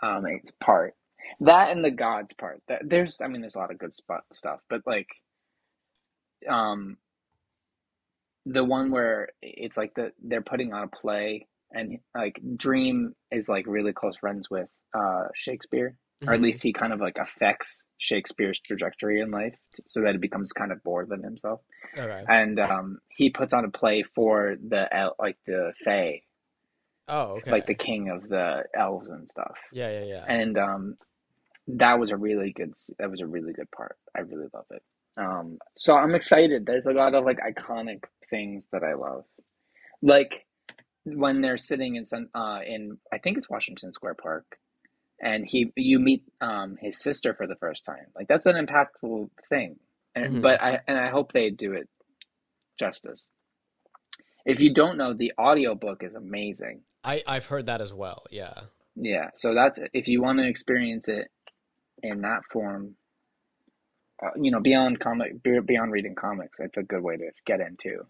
Speaker 1: um ex- part. That and the gods part. That there's I mean there's a lot of good spot stuff, but like um the one where it's like the they're putting on a play and like Dream is like really close friends with uh Shakespeare. or at
Speaker 3: Mhm.
Speaker 1: least he kind of like affects Shakespeare's trajectory in life t- so that it becomes kind of bored than himself.
Speaker 3: Okay.
Speaker 1: And um, he puts on a play for the el- like the Fae,
Speaker 3: Oh, okay.
Speaker 1: like the king of the elves and stuff.
Speaker 3: yeah, yeah, yeah.
Speaker 1: And um, that was a really good s- that was a really good part. I really love it. Um, so I'm excited. There's a lot of like iconic things that I love. Like when they're sitting in some uh in I think it's Washington Square Park and he you meet um his sister for the first time. Like that's an impactful thing. And
Speaker 3: Mhm.
Speaker 1: but I and I hope they do it justice. If you don't know, the audiobook is amazing.
Speaker 3: I I've heard that as well. Yeah.
Speaker 1: Yeah, so that's if you want to experience it in that form, uh, you know, beyond comic, be- beyond reading comics, it's a good way to get into.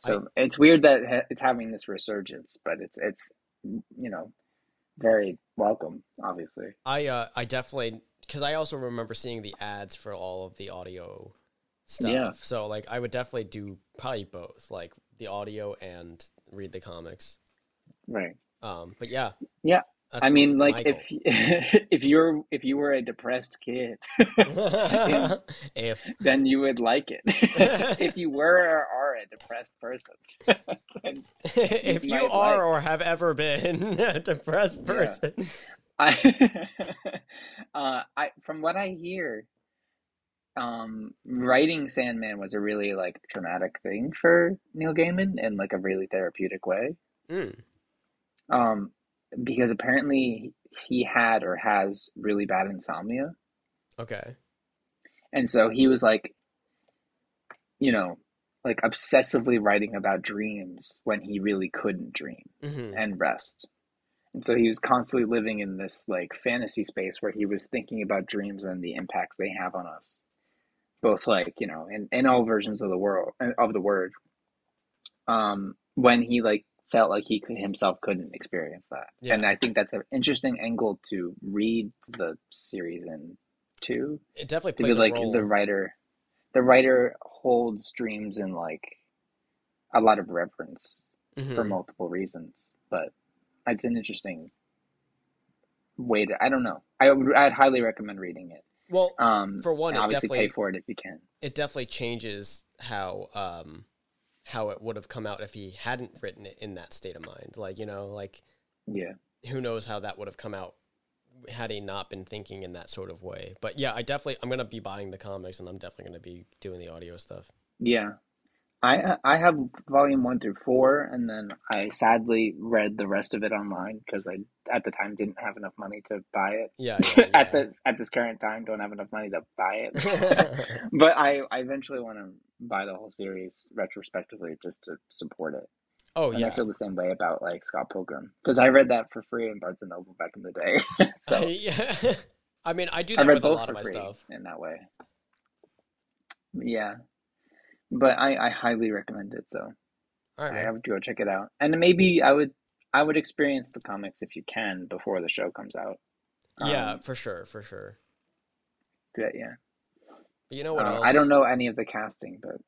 Speaker 1: So it's weird that ha- it's having this resurgence, but it's it's you know very welcome, obviously.
Speaker 3: I uh, I definitely because I also remember seeing the ads for all of the audio stuff.
Speaker 1: Yeah.
Speaker 3: So like I would definitely do probably both, like the audio and read the comics.
Speaker 1: Right.
Speaker 3: Um, but yeah.
Speaker 1: Yeah.
Speaker 3: That's
Speaker 1: I mean, like
Speaker 3: Michael.
Speaker 1: if if you're if you were a depressed kid,
Speaker 3: if
Speaker 1: then you would like it. if you were or are a depressed person, then
Speaker 3: if you
Speaker 1: might
Speaker 3: are
Speaker 1: like-
Speaker 3: or have ever been a depressed person,
Speaker 1: I, uh, I from what I hear, um, writing Sandman was a really like traumatic thing for Neil Gaiman in like a really therapeutic way.
Speaker 3: Mm,
Speaker 1: Um, because apparently he had or has really bad insomnia,
Speaker 3: okay,
Speaker 1: and so he was like, you know, like obsessively writing about dreams when he really couldn't dream.
Speaker 3: hmm
Speaker 1: and rest. And so he was constantly living in this like fantasy space where he was thinking about dreams and the impacts they have on us, both like you know, in, in all versions of the world uh, of the word. Um, when he like felt like he could, himself couldn't experience that,
Speaker 3: Yeah.
Speaker 1: and I think that's an interesting angle to read the series in too,
Speaker 3: it definitely
Speaker 1: to
Speaker 3: plays
Speaker 1: be
Speaker 3: a
Speaker 1: like
Speaker 3: role.
Speaker 1: the writer, the writer holds dreams in like a lot of reverence for
Speaker 3: Mhm.
Speaker 1: multiple reasons. But it's an interesting way to. I don't know. I would. I'd highly recommend reading it.
Speaker 3: Well,
Speaker 1: Um,
Speaker 3: for one,
Speaker 1: and
Speaker 3: it
Speaker 1: obviously
Speaker 3: definitely
Speaker 1: pay for it if you can.
Speaker 3: it definitely changes how um how it would have come out if he hadn't written it in that state of mind like you know like
Speaker 1: Yeah.
Speaker 3: who knows how that would have come out had he not been thinking in that sort of way but yeah i definitely i'm gonna be buying the comics and i'm definitely gonna be doing the audio stuff
Speaker 1: Yeah. I I have volume one through four, and then I sadly read the rest of it online because I at the time didn't have enough money to buy it.
Speaker 3: yeah, yeah,
Speaker 1: at
Speaker 3: yeah.
Speaker 1: this at this current time, don't have enough money to buy it. but I, I eventually want to buy the whole series retrospectively just to support it.
Speaker 3: oh
Speaker 1: And I
Speaker 3: yeah
Speaker 1: feel the same way about like Scott Pilgrim because I read that for free in Barnes and Noble back in the day.
Speaker 3: I,
Speaker 1: so
Speaker 3: yeah. I mean i do
Speaker 1: I
Speaker 3: that
Speaker 1: read
Speaker 3: with a
Speaker 1: both
Speaker 3: lot
Speaker 1: for
Speaker 3: of my
Speaker 1: free
Speaker 3: stuff
Speaker 1: in that way. Yeah, but I, I highly recommend it. So
Speaker 3: all right
Speaker 1: I
Speaker 3: man.
Speaker 1: would go check it out, and maybe I would I would experience the comics if you can before the show comes out.
Speaker 3: yeah
Speaker 1: Um,
Speaker 3: for sure for sure
Speaker 1: but yeah.
Speaker 3: but you know what
Speaker 1: Uh,
Speaker 3: else
Speaker 1: I don't know any of the casting, but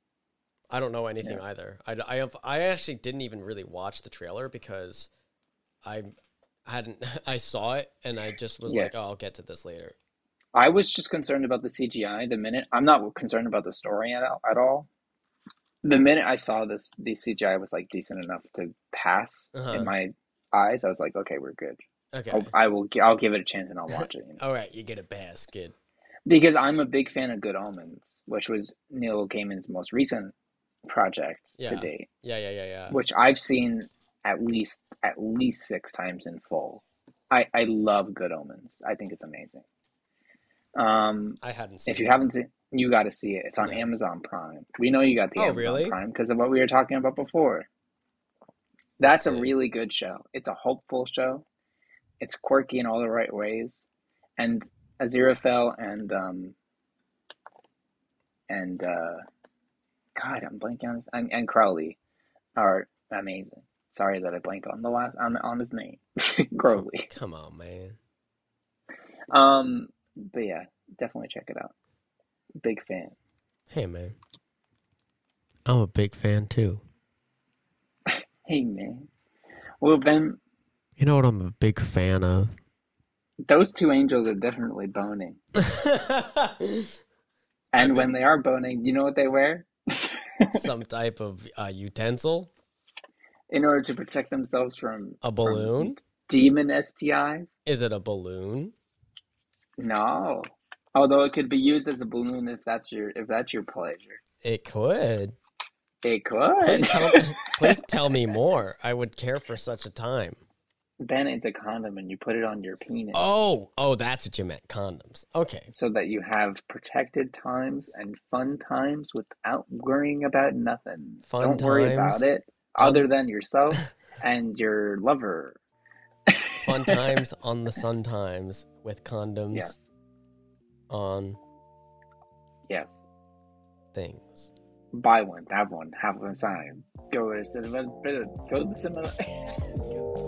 Speaker 3: I don't know anything either. I, I, have- I actually didn't even really watch the trailer because I hadn't, I saw it and I just was
Speaker 1: Yeah.
Speaker 3: like, oh, I'll get to this later.
Speaker 1: I was just concerned about the CGI the minute. I'm not concerned about the story at, at all. The minute I saw this, the CGI was like decent enough to pass
Speaker 3: Uh-huh.
Speaker 1: in my eyes. I was like, okay, we're good.
Speaker 3: Okay.
Speaker 1: I'll, I will. gi- I'll give it a chance and I'll watch it. You know?
Speaker 3: All right. You get a basket.
Speaker 1: Because I'm a big fan of Good Omens, which was Neil Gaiman's most recent project to
Speaker 3: Yeah.
Speaker 1: date,
Speaker 3: Yeah. Yeah. Yeah. Yeah.
Speaker 1: which I've seen at least at least six times in full. I I love Good Omens. I think it's amazing. Um,
Speaker 3: I hadn't seen
Speaker 1: if you
Speaker 3: it.
Speaker 1: haven't seen, you got to see it. It's on
Speaker 3: No.
Speaker 1: Amazon Prime. We know you got the
Speaker 3: Oh,
Speaker 1: Amazon
Speaker 3: really?
Speaker 1: Prime because of what we were talking about before.
Speaker 3: Let's
Speaker 1: That's a
Speaker 3: see.
Speaker 1: really good show. It's a hopeful show. It's quirky in all the right ways, and Aziraphale and um and uh, God, I'm blanking on his and, and Crowley are amazing. Sorry that I blanked on the last on, on his name, Crowley.
Speaker 3: Come on, man.
Speaker 1: Um, but yeah, definitely check it out. Big fan.
Speaker 3: Hey, man. I'm a big fan too.
Speaker 1: Hey man. Well, Ben,
Speaker 3: You know what I'm a big fan of?
Speaker 1: those two angels are definitely boning. And when they are boning, you know what they wear?
Speaker 3: Some type of uh, utensil,
Speaker 1: In order to protect themselves from
Speaker 3: a balloon.
Speaker 1: demon STIs?
Speaker 3: Is it a balloon?
Speaker 1: No. Although it could be used as a balloon if that's your if that's your pleasure.
Speaker 3: It could.
Speaker 1: It
Speaker 3: Please
Speaker 1: could.
Speaker 3: tell, please tell me more. I would care for such a time.
Speaker 1: Ben, it's a condom and you put it on your penis
Speaker 3: Oh, oh, that's what you meant. Condoms. Okay.
Speaker 1: so that you have protected times and fun times without worrying about nothing.
Speaker 3: Fun
Speaker 1: Don't worry about
Speaker 3: times. Um,
Speaker 1: it other than yourself and your lover.
Speaker 3: Fun times on the sun times with condoms
Speaker 1: Yes.
Speaker 3: on
Speaker 1: Yes.
Speaker 3: things.
Speaker 1: buy one, have one, have one signed. Go to the cinema. Go to the cinema.